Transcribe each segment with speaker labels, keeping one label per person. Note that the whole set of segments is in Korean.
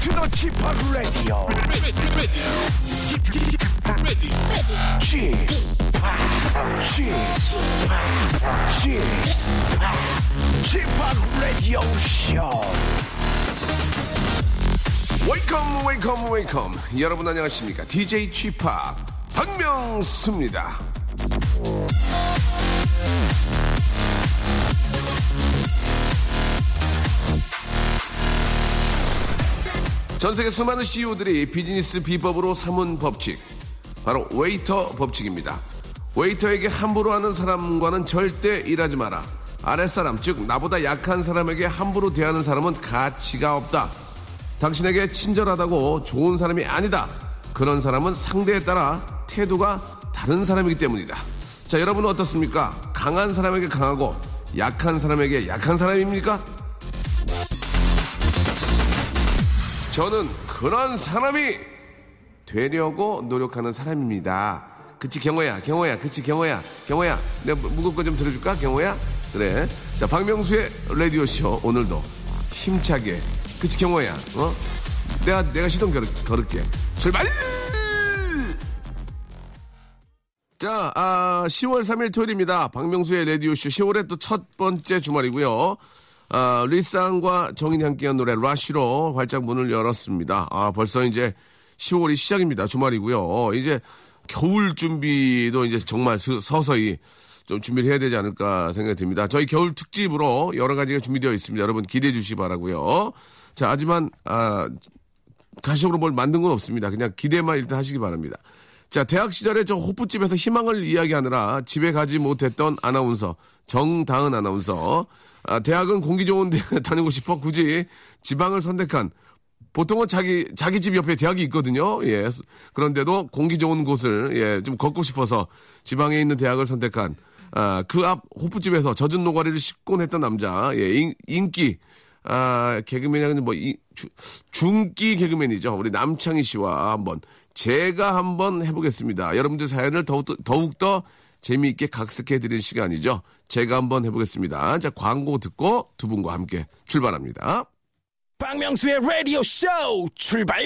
Speaker 1: 지금도 지팍 라디오 지팍 지팍 지팍 라디오 쇼
Speaker 2: 웨이컴 웨이컴 웨이컴 여러분 안녕하십니까 DJ 취파 박명수입니다 전 세계 수많은 CEO들이 비즈니스 비법으로 삼은 법칙 바로 웨이터 법칙입니다 웨이터에게 함부로 하는 사람과는 절대 일하지 마라 아랫사람 즉 나보다 약한 사람에게 함부로 대하는 사람은 가치가 없다 당신에게 친절하다고 좋은 사람이 아니다. 그런 사람은 상대에 따라 태도가 다른 사람이기 때문이다. 자, 여러분은 어떻습니까? 강한 사람에게 강하고 약한 사람에게 약한 사람입니까? 저는 그런 사람이 되려고 노력하는 사람입니다. 그치 경호야, 경호야, 그치 경호야, 경호야. 내가 무- 무겁고 좀 들어줄까, 경호야? 그래. 자, 박명수의 라디오 쇼 오늘도 힘차게. 그치 경호야, 어? 내가 내가 시동 걸, 걸을게. 출발! 자, 아, 10월 3일 토요일입니다. 박명수의 라디오쇼 10월의 또 첫 번째 주말이고요. 아, 리쌍과 정인이 함께한 노래 라쉬로 활짝 문을 열었습니다. 아, 벌써 이제 10월이 시작입니다. 주말이고요. 이제 겨울 준비도 이제 정말 스- 서서히 좀 준비를 해야 되지 않을까 생각이 듭니다. 저희 겨울 특집으로 여러 가지가 준비되어 있습니다. 여러분 기대해 주시기 바라고요. 자, 하지만 아, 가시적으로 뭘 만든 건 없습니다. 그냥 기대만 일단 하시기 바랍니다. 자, 대학 시절에 저 호프집에서 희망을 이야기하느라 집에 가지 못했던 아나운서, 정다은 아나운서. 아, 대학은 공기 좋은 데 다니고 싶어 굳이 지방을 선택한 보통은 자기, 자기 집 옆에 대학이 있거든요. 예. 그런데도 공기 좋은 곳을, 예, 좀 걷고 싶어서 지방에 있는 대학을 선택한, 아, 그 앞 호프집에서 젖은 노가리를 씻곤 했던 남자, 예, 인, 인기, 아, 개그맨이 아니라 뭐, 이, 주- 중기 개그맨이죠. 우리 남창희 씨와 한번, 제가 한번 해보겠습니다. 여러분들 사연을 더욱, 더욱더 재미있게 각색해드릴 시간이죠. 제가 한번 해보겠습니다. 자, 광고 듣고 두 분과 함께 출발합니다.
Speaker 1: 박명수의 라디오 쇼 출발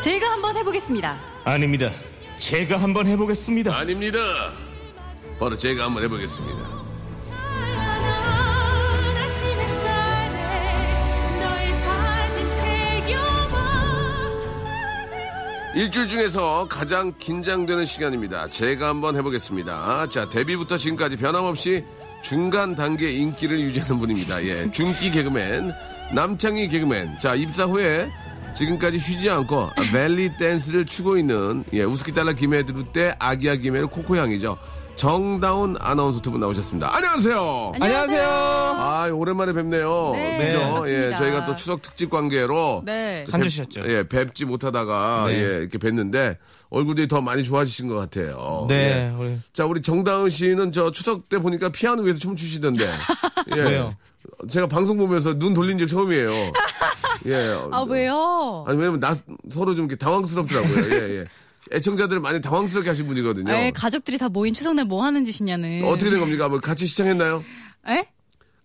Speaker 3: 제가 한번 해보겠습니다.
Speaker 4: 아닙니다. 제가 한번 해보겠습니다.
Speaker 2: 아닙니다. 바로 제가 한번 해보겠습니다.
Speaker 5: 찬란한 아침 햇살에 너의 다짐 새겨봐
Speaker 2: 일주일 중에서 가장 긴장되는 시간입니다. 제가 한번 해보겠습니다. 자, 데뷔부터 지금까지 변함없이 중간 단계 인기를 유지하는 분입니다. 예, 중기 개그맨, 남창희 개그맨. 자, 입사 후에 지금까지 쉬지 않고 아, 벨리 댄스를 추고 있는 예, 우스키 달라 김해드루 때 아기야 김해로 코코양이죠. 정다운 아나운서 두 분 나오셨습니다. 안녕하세요.
Speaker 3: 안녕하세요.
Speaker 2: 아, 오랜만에 뵙네요.
Speaker 3: 네,
Speaker 2: 그죠?
Speaker 3: 반갑습니다.
Speaker 2: 예, 저희가 또 추석 특집 관계로
Speaker 3: 네.
Speaker 4: 한 주 쉬었죠.
Speaker 2: 예, 뵙지 못하다가
Speaker 4: 네.
Speaker 2: 예, 이렇게 뵀는데 얼굴들이 더 많이 좋아지신 것 같아요.
Speaker 4: 네,
Speaker 2: 예.
Speaker 4: 우리-
Speaker 2: 자, 우리 정다은 씨는 저 추석 때 보니까 피아노 위에서 춤 추시던데. 예.
Speaker 4: 왜요?
Speaker 2: 제가 방송 보면서 눈 돌린 적 처음이에요. 예.
Speaker 3: 아, 왜요?
Speaker 2: 아니 왜냐면 나 서로 좀 이렇게 당황스럽더라고요. 예, 예. 애청자들을 많이 당황스럽게 하신 분이거든요.
Speaker 3: 에 가족들이 다 모인 추석날 뭐 하는 짓이냐는.
Speaker 2: 어떻게 된 겁니까? 뭐 같이 시청했나요?
Speaker 3: 예?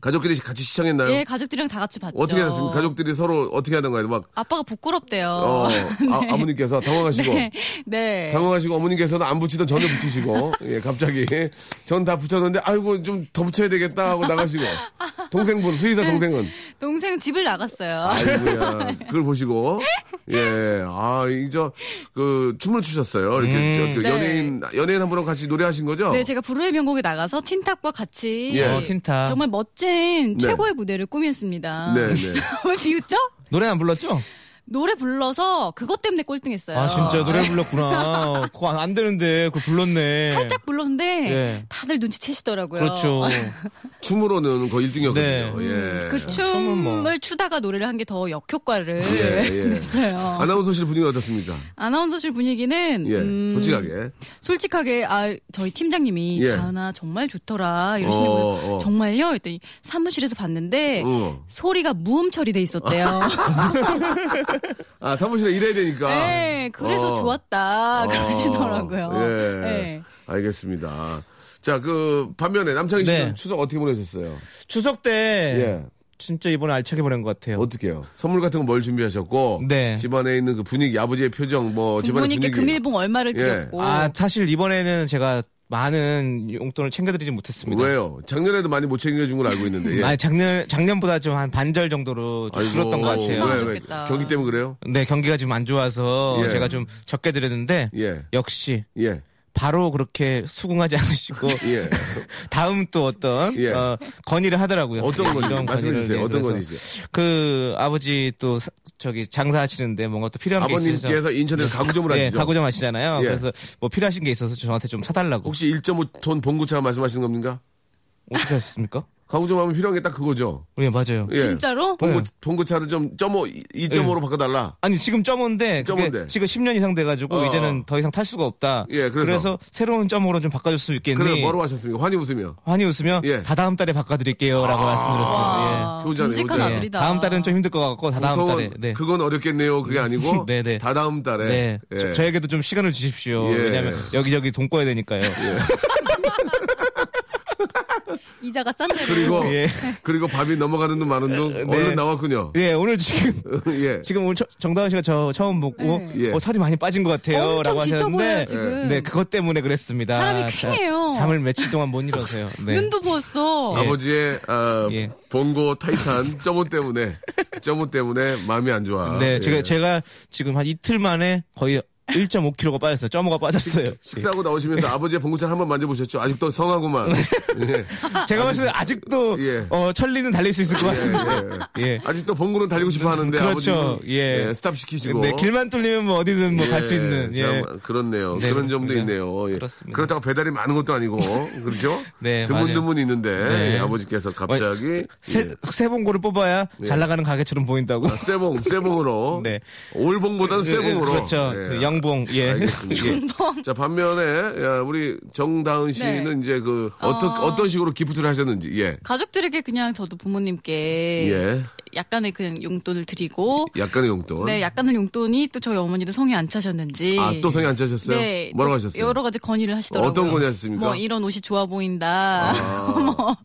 Speaker 2: 가족끼리 같이 시청했나요?
Speaker 3: 예, 가족들이랑 다 같이 봤죠.
Speaker 2: 어떻게 됐습니까? 가족들이 서로 어떻게 하던가요? 막
Speaker 3: 아빠가 부끄럽대요.
Speaker 2: 어, 아, 버님께서 당황하시고
Speaker 3: 네. 네.
Speaker 2: 당황하시고 어머님께서는 안 붙이던 전에 붙이시고 예 갑자기 전 다 붙였는데 아이고 좀 더 붙여야 되겠다 하고 나가시고 동생분 수의사 동생은
Speaker 3: 동생 집을 나갔어요.
Speaker 2: 아이고야 그걸 보시고 예, 아, 예아이저그 춤을 추셨어요 이렇게 저, 그
Speaker 3: 네.
Speaker 2: 연예인 연예인 한 분하고 같이 노래하신 거죠?
Speaker 3: 네, 제가 불후의 명곡에 나가서 틴탁과 같이
Speaker 2: 예. 어,
Speaker 4: 틴탁.
Speaker 3: 정말 멋진
Speaker 2: 네.
Speaker 3: 최고의 무대를 꾸몄습니다.
Speaker 2: 네, 네.
Speaker 3: 왜 비웃죠?
Speaker 4: 노래 안 불렀죠?
Speaker 3: 노래 불러서 그것 때문에 꼴등했어요.
Speaker 4: 아 진짜 노래 불렀구나. 그거 안, 안 되는데 그걸 불렀네.
Speaker 3: 살짝 불렀는데
Speaker 4: 예.
Speaker 3: 다들 눈치채시더라고요.
Speaker 4: 그렇죠.
Speaker 2: 춤으로는 거의 1등이었거든요.
Speaker 4: 네.
Speaker 2: 예.
Speaker 3: 그 춤을
Speaker 4: 춤은 뭐.
Speaker 3: 추다가 노래를 한 게 더 역효과를 네.
Speaker 2: 예, 예.
Speaker 3: 냈어요.
Speaker 2: 아나운서실 분위기 어떻습니까?
Speaker 3: 아나운서실 분위기는
Speaker 2: 예,
Speaker 3: 음,
Speaker 2: 솔직하게.
Speaker 3: 솔직하게 아 저희 팀장님이
Speaker 2: 예.
Speaker 3: 자은아 정말 좋더라 이러시는
Speaker 2: 어,
Speaker 3: 거예요.
Speaker 2: 어.
Speaker 3: 정말요? 이랬더니 사무실에서 봤는데
Speaker 2: 어.
Speaker 3: 소리가 무음 처리돼 있었대요.
Speaker 2: 아, 사무실에 일해야 되니까.
Speaker 3: 네, 그래서
Speaker 2: 어.
Speaker 3: 좋았다
Speaker 2: 어.
Speaker 3: 그러시더라고요.
Speaker 2: 예.
Speaker 3: 아, 네.
Speaker 2: 알겠습니다. 자, 그, 반면에 남창희 씨는
Speaker 4: 네.
Speaker 2: 추석 어떻게 보내셨어요?
Speaker 4: 추석 때
Speaker 2: 예.
Speaker 4: 진짜 이번에 알차게 보낸 것 같아요.
Speaker 2: 어떻게요? 선물 같은 거 뭘 준비하셨고
Speaker 4: 네.
Speaker 2: 집안에 있는 그 분위기, 아버지의 표정, 뭐 집안의 분위기.
Speaker 3: 부모님께 금일봉 얼마를
Speaker 2: 예.
Speaker 3: 드렸고
Speaker 4: 아 사실 이번에는 제가 많은 용돈을 챙겨드리지 못했습니다.
Speaker 2: 왜요? 작년에도 많이 못 챙겨준 걸 알고 있는데. 예.
Speaker 4: 아니 작년 작년보다 좀 한 반절 정도로 좀
Speaker 2: 아이고,
Speaker 4: 줄었던 것 같아요.
Speaker 2: 왜, 왜?
Speaker 3: 좋겠다.
Speaker 2: 경기 때문에 그래요?
Speaker 4: 네 경기가 지금 안 좋아서
Speaker 2: 예.
Speaker 4: 제가 좀 적게 드렸는데
Speaker 2: 예.
Speaker 4: 역시
Speaker 2: 예.
Speaker 4: 바로 그렇게 수긍하지 않으시고
Speaker 2: 예.
Speaker 4: 다음 또 어떤
Speaker 2: 예.
Speaker 4: 어, 건의를 하더라고요.
Speaker 2: 어떤 건지
Speaker 4: 이런
Speaker 2: 말씀해
Speaker 4: 건의를,
Speaker 2: 주세요.
Speaker 4: 네,
Speaker 2: 어떤
Speaker 4: 그래서
Speaker 2: 건지.
Speaker 4: 그 아버지 또 사- 저기 장사하시는데 뭔가 또 필요한 게 있으셔서
Speaker 2: 아버님께서 인천에서 가구점을
Speaker 4: 네,
Speaker 2: 하시죠.
Speaker 4: 가구점 하시잖아요.
Speaker 2: 예.
Speaker 4: 그래서 뭐 필요하신 게 있어서 저한테 좀 사달라고.
Speaker 2: 혹시 1.5톤 봉구차 말씀하시는 겁니까?
Speaker 4: 어떻게 하셨습니까?
Speaker 2: 가구점 하면 필요한 게 딱 그거죠.
Speaker 4: 예, 맞아요.
Speaker 2: 예.
Speaker 3: 진짜로?
Speaker 2: 봉구,
Speaker 4: 네.
Speaker 2: 봉구차를 좀, 점오 2.5로 바꿔달라.
Speaker 4: 아니 지금 점호인데 그게
Speaker 2: 점호인데.
Speaker 4: 지금 10년 이상 돼가지고
Speaker 2: 어,
Speaker 4: 이제는 더 이상 탈 수가 없다.
Speaker 2: 예, 그래서.
Speaker 4: 새로운 점호로 좀 바꿔줄 수 있겠니?
Speaker 2: 그래, 뭐로 하셨습니까? 환히 웃으며.
Speaker 4: 환희 웃으면
Speaker 2: 예. 아.
Speaker 4: 다 다음 달에 바꿔드릴게요라고 말씀드렸어요.
Speaker 3: 아,
Speaker 2: 효자네,
Speaker 3: 듬직한
Speaker 2: 효자.
Speaker 4: 예. 예.
Speaker 3: 아들이다.
Speaker 4: 다음 달은 좀 힘들 것 같고 다 다음 달에.
Speaker 2: 보통은
Speaker 4: 네.
Speaker 2: 그건 어렵겠네요. 그게 아니고.
Speaker 4: 네, 네.
Speaker 2: 다 다음 달에.
Speaker 4: 네.
Speaker 2: 예.
Speaker 4: 저, 저에게도 좀 시간을 주십시오.
Speaker 2: 예.
Speaker 4: 왜냐하면 여기저기 돈 꺼야 되니까요.
Speaker 3: 이자가 싼데
Speaker 2: 그리고
Speaker 4: 예.
Speaker 2: 그리고 밥이 넘어가는 둥 마는 둥 얼른 나왔군요.
Speaker 4: 예, 오늘 지금
Speaker 2: 예.
Speaker 4: 지금 오늘 처- 정다은 씨가 저 처음 보고
Speaker 2: 예.
Speaker 4: 어, 살이 많이 빠진 것 같아요.
Speaker 3: 네. 엄청
Speaker 4: 라고
Speaker 3: 지쳐 보여요,
Speaker 4: 하셨는데
Speaker 3: 지금.
Speaker 4: 네 그것 때문에 그랬습니다.
Speaker 3: 사람이
Speaker 4: 자,
Speaker 3: 쾌해요.
Speaker 4: 잠을 며칠 동안 못 이뤄서요. 네.
Speaker 3: 눈도 부었어.
Speaker 2: 아버지의 아,
Speaker 4: 예.
Speaker 2: 봉고 타이탄 점호 때문에 점호 때문에 마음이 안 좋아.
Speaker 4: 네
Speaker 2: 예.
Speaker 4: 제가 제가 지금 한 이틀 만에 거의 1.5kg가 빠졌어요. 점호가 빠졌어요.
Speaker 2: 식사하고 나오시면서
Speaker 4: 예.
Speaker 2: 아버지의 봉고차 한번 만져보셨죠? 아직도 성하구만. 예.
Speaker 4: 제가 봤을 때 아직도
Speaker 2: 예.
Speaker 4: 어, 천리는 달릴 수 있을 것 같습니다.
Speaker 2: 예,
Speaker 4: 예.
Speaker 2: 아직도 봉고는 달리고 싶어 하는데
Speaker 4: 그렇죠.
Speaker 2: 아버지는
Speaker 4: 예.
Speaker 2: 스탑 시키시고.
Speaker 4: 근데 길만 뚫리면 뭐 어디든 뭐
Speaker 2: 예,
Speaker 4: 갈 수 있는. 예.
Speaker 2: 참, 그렇네요.
Speaker 4: 네,
Speaker 2: 그런
Speaker 4: 그렇습니다.
Speaker 2: 점도 있네요. 예.
Speaker 4: 그렇습니다.
Speaker 2: 그렇다고 배달이 많은 것도 아니고 그렇죠?
Speaker 4: 네,
Speaker 2: 드문드문 있는데
Speaker 4: 네.
Speaker 2: 예, 아버지께서 갑자기
Speaker 4: 세,
Speaker 2: 예.
Speaker 4: 세 봉고를 뽑아야 잘 나가는 가게처럼 보인다고.
Speaker 2: 아, 세봉, 세봉으로.
Speaker 4: 네.
Speaker 2: 올봉보다는 세봉으로.
Speaker 4: 그렇죠.
Speaker 2: 예.
Speaker 4: 그 영봉. 예.
Speaker 2: 알겠습니다.
Speaker 4: 예.
Speaker 3: 뭐,
Speaker 2: 자, 반면에, 야, 우리
Speaker 3: 네.
Speaker 2: 정다은 씨는 이제 그, 어떤, 어... 떤 식으로 기프트를 하셨는지, 예.
Speaker 3: 가족들에게 그냥 저도 부모님께
Speaker 2: 예.
Speaker 3: 약간의 그냥 용돈을 드리고
Speaker 2: 약간의 용돈.
Speaker 3: 네 약간의 용돈이 또 저희 어머니도 성에 안 차셨는지
Speaker 2: 아, 또 성에 안 차셨어요?
Speaker 3: 네,
Speaker 2: 뭐라고
Speaker 3: 또
Speaker 2: 하셨어요?
Speaker 3: 여러 가지 건의를 하시더라고요.
Speaker 2: 어떤 건의 하셨습니까? 아.
Speaker 3: 뭐 이런 옷이 좋아 보인다. 뭐,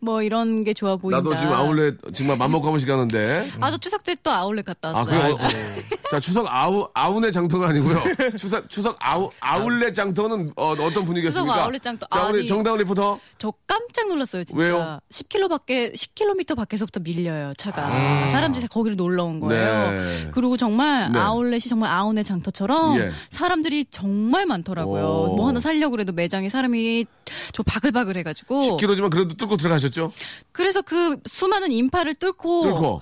Speaker 3: 뭐 이런 게 좋아 보인다.
Speaker 2: 나도 지금 아울렛, 정말 맘먹고 한 번씩 가는데.
Speaker 3: 아저 추석 때 또 아울렛 네. 갔다
Speaker 2: 아,
Speaker 3: 왔어요.
Speaker 2: 그게 어, 자, 추석 아우, 아우네 장터가 아니고요. 추석, 추석 아우, 아울렛 장터는 어, 떤 분위기였습니까?
Speaker 3: 추석 아울렛 장터.
Speaker 2: 자, 우리
Speaker 3: 아니.
Speaker 2: 정다은 리포터.
Speaker 3: 저 깜짝 놀랐어요, 진짜.
Speaker 2: 왜요?
Speaker 3: 10km 밖에 10km 밖에서부터 밀려요, 차가. 사람들이 다 거기로 놀러 온 거예요.
Speaker 2: 아. 네.
Speaker 3: 그리고 정말
Speaker 2: 네.
Speaker 3: 아울렛이 정말 아우네 장터처럼
Speaker 2: 예.
Speaker 3: 사람들이 정말 많더라고요.
Speaker 2: 오.
Speaker 3: 뭐 하나 살려고 그래도 매장에 사람이 좀 바글바글 해 가지고
Speaker 2: 10kg지만 그래도 뚫고 들어가셨죠?
Speaker 3: 그래서 그 수많은 인파를 뚫고,
Speaker 2: 뚫고.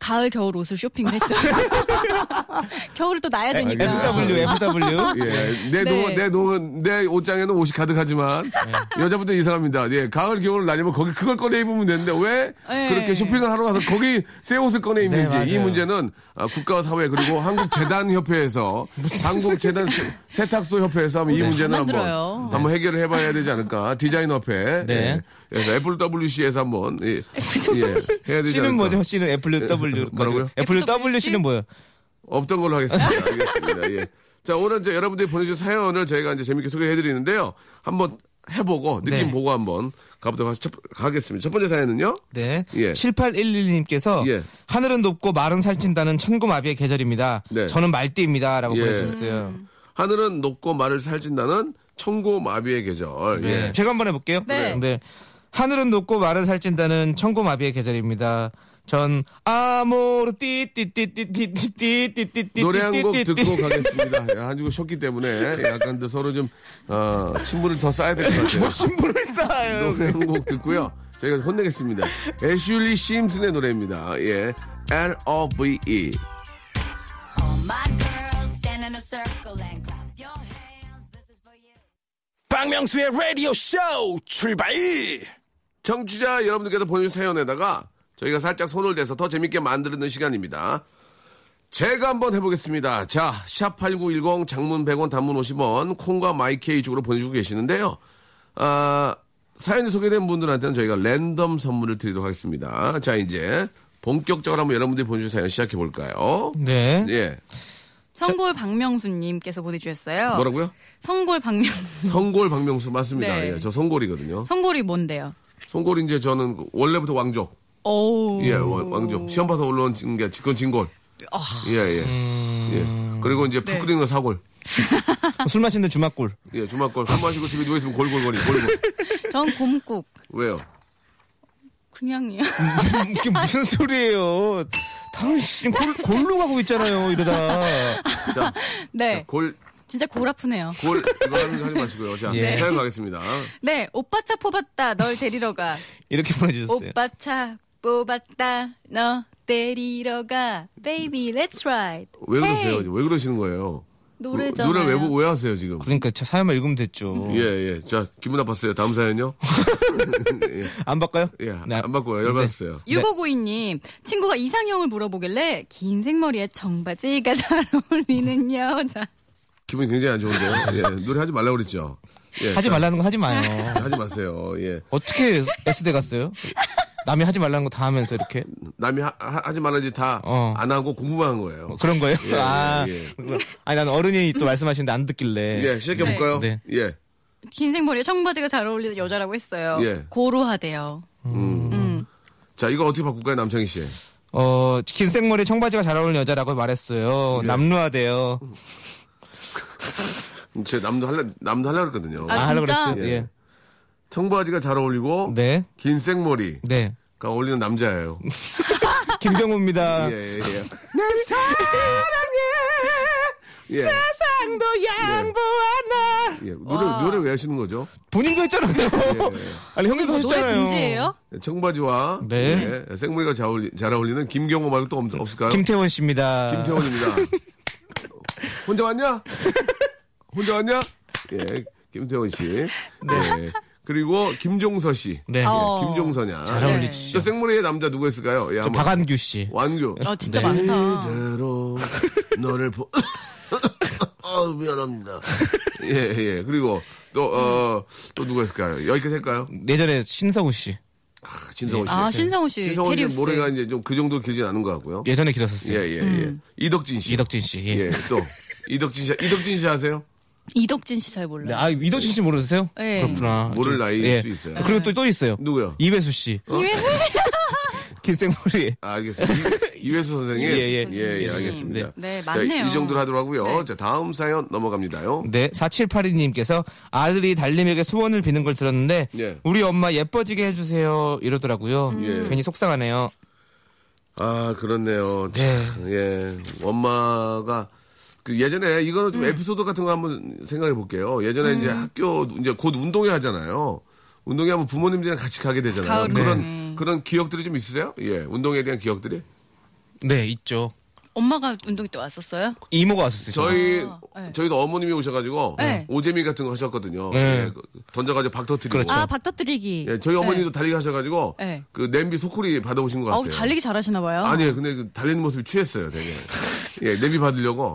Speaker 3: 가을 겨울 옷을 쇼핑을 했죠. 겨울을 또 나야
Speaker 2: 네,
Speaker 3: 되니까.
Speaker 4: FW, FW.
Speaker 2: 예, 내
Speaker 3: 네.
Speaker 2: 노, 내 노, 내 옷장에는 옷이 가득하지만
Speaker 4: 네.
Speaker 2: 여자분들 이상합니다. 예, 가을 겨울 나뉘면 거기 그걸 꺼내 입으면 되는데 왜
Speaker 3: 네.
Speaker 2: 그렇게 쇼핑을 하러 가서 거기 새 옷을 꺼내 입는지
Speaker 4: 네,
Speaker 2: 이
Speaker 4: 맞아요.
Speaker 2: 문제는 아, 국가와 사회 그리고 한국 재단 협회에서 한국 재단 세- 세탁소 협회에서 하면 이
Speaker 3: 옷을
Speaker 2: 문제는
Speaker 3: 잘
Speaker 2: 한번
Speaker 3: 만들어요.
Speaker 2: 한번 해결을 해봐야 되지 않을까 디자인 협회
Speaker 4: 네.
Speaker 2: 예, 예, FWC에서 한번 예, 예, 해야 되지 않을까.
Speaker 4: C는 뭐죠? C는 FW.
Speaker 2: 뭐라고요?
Speaker 4: FWC는 뭐예요?
Speaker 2: 없던 걸로 하겠습니다. 알겠습니다. 예. 자, 오늘 이제 여러분들이 보내주신 사연을 저희가 이제 재밌게 소개해 드리는데요. 한번 해보고, 느낌
Speaker 4: 네.
Speaker 2: 보고 한번 가보도록 하, 첫, 가겠습니다. 첫 번째 사연은요?
Speaker 4: 네.
Speaker 2: 예.
Speaker 4: 7811님께서
Speaker 2: 예.
Speaker 4: 하늘은 높고 말은 살찐다는 천고마비의 계절입니다.
Speaker 2: 네.
Speaker 4: 저는 말띠입니다라고
Speaker 2: 예.
Speaker 4: 보내주셨어요.
Speaker 2: 하늘은 높고 말을 살찐다는 청고마비의 계절.
Speaker 4: 네.
Speaker 2: 예.
Speaker 4: 제가 한번 해볼게요.
Speaker 3: 네.
Speaker 4: 하늘은 높고 말은 살찐다는 천고마비의 계절입니다. 전 아모르 띠띠띠띠띠띠띠띠띠
Speaker 2: 노래 한 곡 듣고 가겠습니다. 예, 한 주고 쉬었기 때문에 약간
Speaker 4: 뭐
Speaker 2: 더 서로 좀, 어, 친분을 더 쌓아야 될 것 같아요.
Speaker 4: 신부를 쌓아요.
Speaker 2: 노래 한 곡 듣고요. 저희가 혼내겠습니다. 애슐리 심슨의 노래입니다. 예. L-O-V-E.
Speaker 1: 박명수의 라디오 쇼 출발!
Speaker 2: 청취자 여러분들께서 보내주신 사연에다가 저희가 살짝 손을 대서 더 재밌게 만드는 시간입니다. 제가 한번 해보겠습니다. 자, 샵8910 장문 100원 단문 50원 콩과 마이케이 쪽으로 보내주고 계시는데요. 아, 사연이 소개된 분들한테는 저희가 랜덤 선물을 드리도록 하겠습니다. 자, 이제 본격적으로 한번 여러분들이 보내주신 사연 시작해볼까요?
Speaker 3: 음.
Speaker 4: 네.
Speaker 2: 예.
Speaker 3: 성골 박명수님께서 보내주셨어요.
Speaker 2: 뭐라고요?
Speaker 3: 성골 박명수.
Speaker 2: 성골 박명수 맞습니다.
Speaker 3: 네.
Speaker 2: 예, 저 성골이거든요.
Speaker 3: 성골이 뭔데요?
Speaker 2: 성골이 이제 저는 원래부터 왕족.
Speaker 3: 오.
Speaker 2: 예, 왕- 왕족. 시험 봐서 올라온 진- 게 직권 진골. 예, 예. 예. 그리고 이제 풀
Speaker 3: 아. 네.
Speaker 2: 끓이는 거 사골.
Speaker 4: 술 마시는 주막골.
Speaker 2: 예, 주막골. 술 마시고 집에 누워있으면 골골거리, 골골.
Speaker 3: 전 곰국.
Speaker 2: 왜요?
Speaker 3: 그냥이요.
Speaker 4: 이게 무슨 소리예요? 당신 지금 골, 골로 가고 있잖아요, 이러다.
Speaker 2: 자,
Speaker 3: 네.
Speaker 2: 골,
Speaker 3: 진짜 골 아프네요.
Speaker 2: 골, 이거 하는 거 하지 마시고요. 자,
Speaker 4: 예.
Speaker 2: 사연 가겠습니다.
Speaker 3: 네. 오빠 차 뽑았다. 널 데리러 가.
Speaker 4: 이렇게 보내주셨어요.
Speaker 3: 오빠 차 뽑았다. 너 데리러 가. Baby, let's ride.
Speaker 2: 왜 그러세요?
Speaker 3: Hey.
Speaker 2: 왜 그러시는 거예요?
Speaker 3: 네. 노래잖아요. 네.
Speaker 2: 노래 왜, 보- 왜 하세요, 지금?
Speaker 4: 그러니까 차- 사연만 읽으면 됐죠.
Speaker 2: 예, 예. 자, 기분 나빴어요. 다음 사연요?
Speaker 4: 안 바꿔요?
Speaker 2: 예,
Speaker 4: 네.
Speaker 2: 안 바꿔요. 열받았어요.
Speaker 3: 6592님, 친구가 이상형을 물어보길래, 긴 생머리에 청바지가 잘 어울리는 여자.
Speaker 2: 기분이 굉장히 안 좋은데요. 예, 노래 하지 말라고 그랬죠. 예,
Speaker 4: 하지
Speaker 2: 자,
Speaker 4: 말라는 거 하지 마요.
Speaker 2: 하지 마세요. 예.
Speaker 4: 어떻게 S대 갔어요? 남이 하지 말라는 거 다 하면서 이렇게
Speaker 2: 남이 하, 지 말라지 다 안
Speaker 4: 어.
Speaker 2: 하고 공부만 한 거예요.
Speaker 4: 어, 그런 거예요? 아,
Speaker 2: 예.
Speaker 4: 아니 난 어른이 또 말씀하시는데 안 듣길래.
Speaker 2: 예, 시작해 볼까요?
Speaker 4: 네.
Speaker 2: 예.
Speaker 3: 긴 생머리에 청바지가 잘 어울리는 여자라고 했어요.
Speaker 2: 예.
Speaker 3: 고루하대요.
Speaker 2: 자, 이거 어떻게 바꿀까요, 남창희 씨?
Speaker 4: 어, 긴 생머리 청바지가 잘 어울리는 여자라고
Speaker 2: 예.
Speaker 4: 말했어요. 남루하대요.
Speaker 2: 제 남도 할래 남도 할라 그랬거든요.
Speaker 3: 아,
Speaker 4: 하려고
Speaker 3: 진짜?
Speaker 4: 그랬어요. 예.
Speaker 2: 청바지가 잘 어울리고
Speaker 4: 네.
Speaker 2: 긴 생머리가
Speaker 4: 네.
Speaker 2: 어울리는 남자예요.
Speaker 4: 김경호입니다.
Speaker 2: 예, 예, 예. 내
Speaker 4: 예.
Speaker 2: 사랑해.
Speaker 4: 세상도 양보한 날.
Speaker 2: 예. 예. 노래 노래 왜 하시는 거죠?
Speaker 4: 본인도 했잖아요. 아니 형님도
Speaker 3: 뭐 노래
Speaker 4: 하셨잖아요.
Speaker 3: 금지예요?
Speaker 2: 청바지와
Speaker 4: 네.
Speaker 2: 예, 생머리가 잘, 어울리, 잘 어울리는 김경호 말고 또 없, 없을까요?
Speaker 4: 김태원 아. 씨입니다.
Speaker 2: 김태원입니다. 혼자 왔냐? 혼자 왔냐? 예, 김태원 씨. 네. 그리고 김종서 씨.
Speaker 4: 네.
Speaker 3: 어.
Speaker 2: 예, 김종서냐.
Speaker 4: 잘
Speaker 2: 저
Speaker 4: 어울리시죠.
Speaker 2: 생물의 남자 누구 했을까요? 예,
Speaker 4: 저
Speaker 2: 한번.
Speaker 4: 박한규 씨.
Speaker 2: 완규.
Speaker 3: 아, 진짜
Speaker 4: 네.
Speaker 3: 많다.
Speaker 2: 그대로 너를 보. 아 미안합니다. 예, 예. 그리고 또, 어, 또 누구 했을까요? 여기까지 할까요?
Speaker 4: 예전에 신성우 씨.
Speaker 2: 아, 진성호 씨.
Speaker 3: 아, 신성우 씨.
Speaker 2: 신성호 씨
Speaker 3: 테리우스.
Speaker 2: 모래가 이제 좀 그 정도 길진 않은 것 같고요.
Speaker 4: 예전에
Speaker 2: 예,
Speaker 4: 길었었어요.
Speaker 2: 예, 예.
Speaker 3: 음.
Speaker 2: 이덕진 씨.
Speaker 4: 이덕진 씨. 예.
Speaker 2: 예, 또 이덕진 씨, 이덕진 씨 아세요?
Speaker 3: 이덕진 씨 잘
Speaker 4: 네,
Speaker 3: 몰라요.
Speaker 4: 아, 이덕진 씨 모르세요?
Speaker 3: 네.
Speaker 4: 그렇구나.
Speaker 2: 모를
Speaker 4: 좀,
Speaker 2: 나이일 수 있어요.
Speaker 4: 그리고 또 또 있어요.
Speaker 2: 누구요?
Speaker 4: 이배수 씨.
Speaker 3: 예.
Speaker 4: 긴 생머리.
Speaker 2: 아, 알겠습니다. 이- 이회수 선생님.
Speaker 4: 예, 예.
Speaker 2: 예, 예, 알겠습니다.
Speaker 3: 네,
Speaker 2: 자,
Speaker 3: 맞네요.
Speaker 2: 이 정도로 하도록 하고요.
Speaker 3: 네.
Speaker 2: 자, 다음 사연 넘어갑니다요.
Speaker 4: 네, 4782님께서 아들이 달님에게 소원을 비는 걸 들었는데
Speaker 2: 예.
Speaker 4: 우리 엄마 예뻐지게 해주세요 이러더라고요.
Speaker 2: 예.
Speaker 4: 괜히 속상하네요.
Speaker 2: 아, 그렇네요. 참, 예. 엄마가 그 예전에 이거는
Speaker 3: 음.
Speaker 2: 좀 에피소드 같은 거 한번 생각해 볼게요. 예전에 이제 학교 이제 곧 운동회 하잖아요. 운동회 하면 부모님들이랑 같이 가게 되잖아요.
Speaker 3: 가을에.
Speaker 2: 그런
Speaker 3: 네.
Speaker 2: 그런 기억들이 좀 있으세요? 예. 운동에 대한 기억들이?
Speaker 4: 네, 있죠.
Speaker 3: 엄마가 운동회 때 왔었어요?
Speaker 4: 이모가 왔었어요.
Speaker 2: 저희
Speaker 3: 아, 네.
Speaker 2: 저희도 어머님이 오셔가지고
Speaker 3: 네.
Speaker 2: 오재미 같은 거 하셨거든요.
Speaker 4: 네.
Speaker 2: 예, 그- 던져가지고 박터뜨리고.
Speaker 4: 그렇죠.
Speaker 3: 아, 박 터뜨리기.
Speaker 2: 예, 저희 어머니도 달리기 하셔가지고
Speaker 3: 네.
Speaker 2: 그 냄비 소쿠리 받아오신 것
Speaker 3: 아우,
Speaker 2: 같아요.
Speaker 3: 어, 달리기 잘하시나 봐요.
Speaker 2: 아니에요. 근데 그 달리는 모습이 취했어요, 되게. 예, 냄비 받으려고